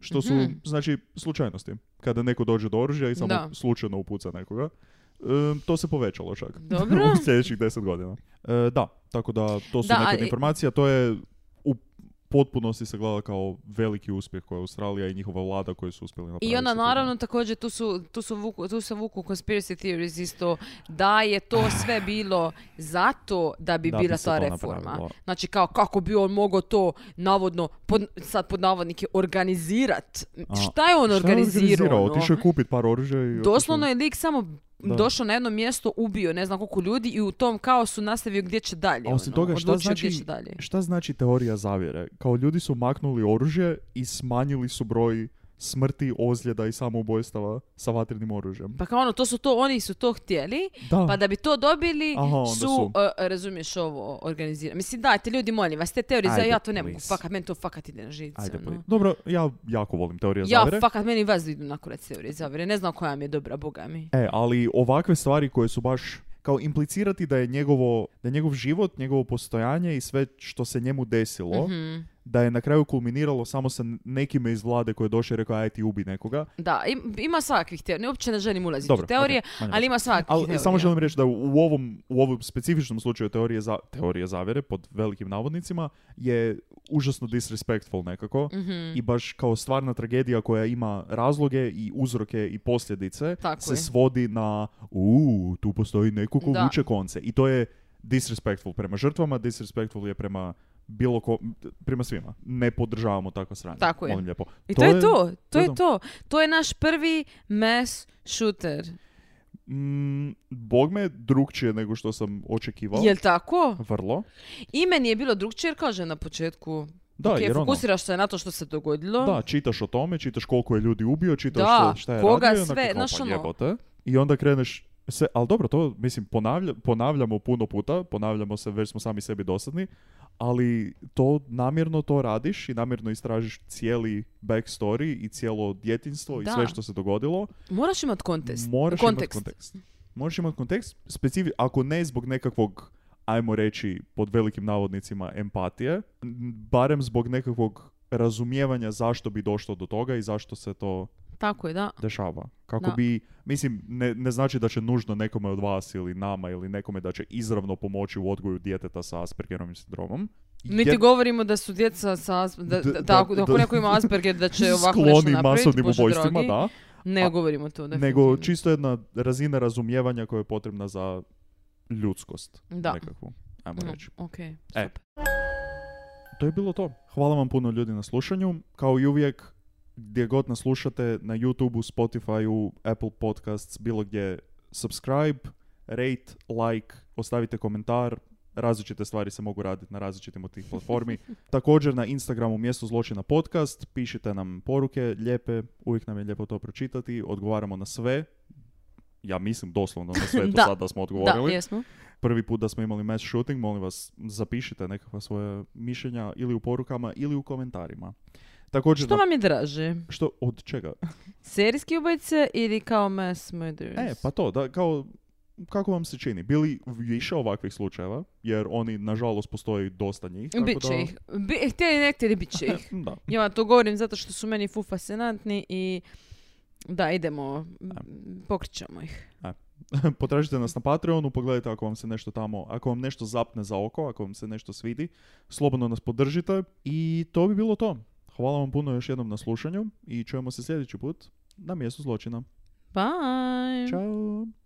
Speaker 4: Što su,
Speaker 5: Mhm.
Speaker 4: znači, slučajnosti. Kada neko dođe do oružja i samo
Speaker 5: Da.
Speaker 4: slučajno upuca nekoga, e, to se povećalo čak.
Speaker 5: Dobro.
Speaker 4: u sljedećih deset godina. E, da, tako da to su
Speaker 5: Da,
Speaker 4: neke od
Speaker 5: ali-
Speaker 4: informacija, to je u potpunosti se gleda kao veliki uspjeh koji je Australija i njihova vlada koji su uspjeli napraviti.
Speaker 5: I onda
Speaker 4: sa time.
Speaker 5: naravno također tu su, tu su vuku, tu se vuku conspiracy theories isto da je to sve bilo zato da bi
Speaker 4: Ah. Da bi
Speaker 5: bila
Speaker 4: se
Speaker 5: ta
Speaker 4: to
Speaker 5: reforma.
Speaker 4: napravilo.
Speaker 5: Znači kao kako bi on mogao to navodno pod, sad pod navodnike organizirat.
Speaker 4: A,
Speaker 5: šta je on
Speaker 4: Šta je
Speaker 5: organizirao? ono?
Speaker 4: Otišao je kupit par oružja i... otišao
Speaker 5: Doslovno je lik samo
Speaker 4: Da.
Speaker 5: došao na jedno mjesto, ubio ne znam koliko ljudi i u tom kaosu nastavio gdje će dalje.
Speaker 4: A osim
Speaker 5: ono,
Speaker 4: toga, šta
Speaker 5: odlučio gdje
Speaker 4: znači,
Speaker 5: će dalje.
Speaker 4: šta znači teorija zavjere? Kao ljudi su maknuli oružje i smanjili su broj smrti, ozljeda i samoubojstava sa vatrenim oružjem.
Speaker 5: Pa kao ono, to su to, oni su to htjeli,
Speaker 4: Da,
Speaker 5: Pa da bi to dobili
Speaker 4: Aha, onda
Speaker 5: su,
Speaker 4: su.
Speaker 5: e, razumiješ ovo, organizirati. Mislim, dajte ljudi, molim vas, te teorije, za-
Speaker 4: Ajde,
Speaker 5: ja to ne mogu,
Speaker 4: please.
Speaker 5: fakat, meni to fakat ide na živce.
Speaker 4: ajde.
Speaker 5: ono.
Speaker 4: poli- Dobro, ja jako volim teorija
Speaker 5: Ja,
Speaker 4: zavjere.
Speaker 5: fakat, meni vas idu na kurac teorije zavere, ne znam koja mi je dobra, boga mi.
Speaker 4: E, ali ovakve stvari koje su baš kao implicirati da je njegovo, da je njegov život, njegovo postojanje i sve što se njemu desilo,
Speaker 5: Mhm.
Speaker 4: da je na kraju kulminiralo samo sa nekime iz vlade koji je došao i rekao aj ti ubi nekoga.
Speaker 5: Da, im- ima svakakvih teorija, uopće ne želim ulaziti
Speaker 4: Dobro,
Speaker 5: u teorije,
Speaker 4: okej, manje
Speaker 5: ali
Speaker 4: važno.
Speaker 5: ima svakakvih
Speaker 4: Ali
Speaker 5: teorija.
Speaker 4: samo želim reći da u ovom, u ovom specifičnom slučaju teorije, za, teorije zavjere, pod velikim navodnicima, je užasno disrespectful nekako
Speaker 5: Mhm.
Speaker 4: i baš kao stvarna tragedija koja ima razloge i uzroke i posljedice
Speaker 5: Tako
Speaker 4: se
Speaker 5: je.
Speaker 4: svodi na u tu postoji neko ko
Speaker 5: Da.
Speaker 4: vuče konce i to je disrespectful prema žrtvama, disrespectful je prema bilo ko, prema svima. Ne podržavamo tako sranje.
Speaker 5: Tako je.
Speaker 4: Molim lijepo.
Speaker 5: I to, je to,
Speaker 4: to
Speaker 5: to
Speaker 4: je
Speaker 5: je to. To je naš prvi mass shooter.
Speaker 4: Mm, bog me drugčije nego što sam očekivao.
Speaker 5: Jel tako?
Speaker 4: Vrlo.
Speaker 5: I meni je bilo drugčije jer kažem na početku.
Speaker 4: Da,
Speaker 5: ok,
Speaker 4: jer ono-
Speaker 5: fokusiraš se na to što se dogodilo.
Speaker 4: Da, čitaš o tome, čitaš koliko je ljudi ubio, čitaš
Speaker 5: Da,
Speaker 4: što- šta je
Speaker 5: koga
Speaker 4: radio, i onako
Speaker 5: sve,
Speaker 4: kao,
Speaker 5: znaš
Speaker 4: pa
Speaker 5: ono.
Speaker 4: jebote. I onda kreneš se, ali dobro, to mislim ponavlja, ponavljamo puno puta, ponavljamo se, već smo sami sebi dosadni, ali to namjerno to radiš i namjerno istražiš cijeli backstory i cijelo djetinstvo i
Speaker 5: Da.
Speaker 4: sve što se dogodilo.
Speaker 5: Moraš imat kontest.
Speaker 4: Moraš imati
Speaker 5: kontekst.
Speaker 4: kontekst. Moraš imati kontekst, specifi, ako ne zbog nekakvog, ajmo reći pod velikim navodnicima, empatije, m, barem zbog nekakvog razumijevanja zašto bi došlo do toga i zašto se to
Speaker 5: Tako je, da.
Speaker 4: dešava. Kako
Speaker 5: Da.
Speaker 4: bi, mislim, ne, ne znači da će nužno nekome od vas ili nama ili nekome da će izravno pomoći u odgoju djeteta sa Aspergerovim sindromom.
Speaker 5: Mi ti
Speaker 4: Jer-
Speaker 5: govorimo da su djeca sa Asp- da,
Speaker 4: Da-
Speaker 5: da,
Speaker 4: da-
Speaker 5: ako- ako
Speaker 4: da-
Speaker 5: neko ima Asperger da će ovako nešto
Speaker 4: skloni
Speaker 5: napraviti,
Speaker 4: masovnim
Speaker 5: bože
Speaker 4: ubojstvima,
Speaker 5: dragi.
Speaker 4: da.
Speaker 5: Ne
Speaker 4: A-
Speaker 5: govorimo to, definitivno.
Speaker 4: Nego čisto jedna razina razumijevanja koja je potrebna za ljudskost.
Speaker 5: Da.
Speaker 4: Nekakvu, ajmo
Speaker 5: No,
Speaker 4: reći.
Speaker 5: okej,
Speaker 4: E.
Speaker 5: Mhm, super.
Speaker 4: To je bilo to. Hvala vam puno ljudi na slušanju. Kao i uvijek, gdje god nas slušate, na YouTubeu, Spotifyu, Apple Podcasts, bilo gdje, subscribe, rate, like, ostavite komentar, različite stvari se mogu raditi na različitim od tih platformi. Također na Instagramu Mjesto zločina podcast, pišite nam poruke, lijepe, uvijek nam je lijepo to pročitati, odgovaramo na sve, ja mislim doslovno na sve do
Speaker 5: Da.
Speaker 4: sada smo odgovorili
Speaker 5: Da, jesmo.
Speaker 4: prvi put da smo imali mass shooting, molim vas, zapišite nekakva svoja mišljenja ili u porukama ili u komentarima. Također,
Speaker 5: Što
Speaker 4: na-
Speaker 5: vam je draže?
Speaker 4: što, od čega?
Speaker 5: Serijski ubojice ili kao mass murderers?
Speaker 4: E, pa to, da, kao, kako vam se čini? Bili više ovakvih slučajeva, jer oni, nažalost, postoji dosta njih. tako
Speaker 5: Biće
Speaker 4: da-
Speaker 5: ih. Bi, htjeli ne htjeli, bit će ih.
Speaker 4: Da.
Speaker 5: Ja vam to govorim zato što su meni fu fascinantni i da, idemo, pokrićamo ih.
Speaker 4: Potražite nas na Patreonu, pogledajte ako vam se nešto tamo, ako vam nešto zapne za oko, ako vam se nešto svidi, slobodno nas podržite i to bi bilo to. Hvala vam puno još jednom na
Speaker 5: Mm.
Speaker 4: slušanju i čujemo se sljedeći put na mjestu zločina.
Speaker 5: Bye!
Speaker 4: Ćao!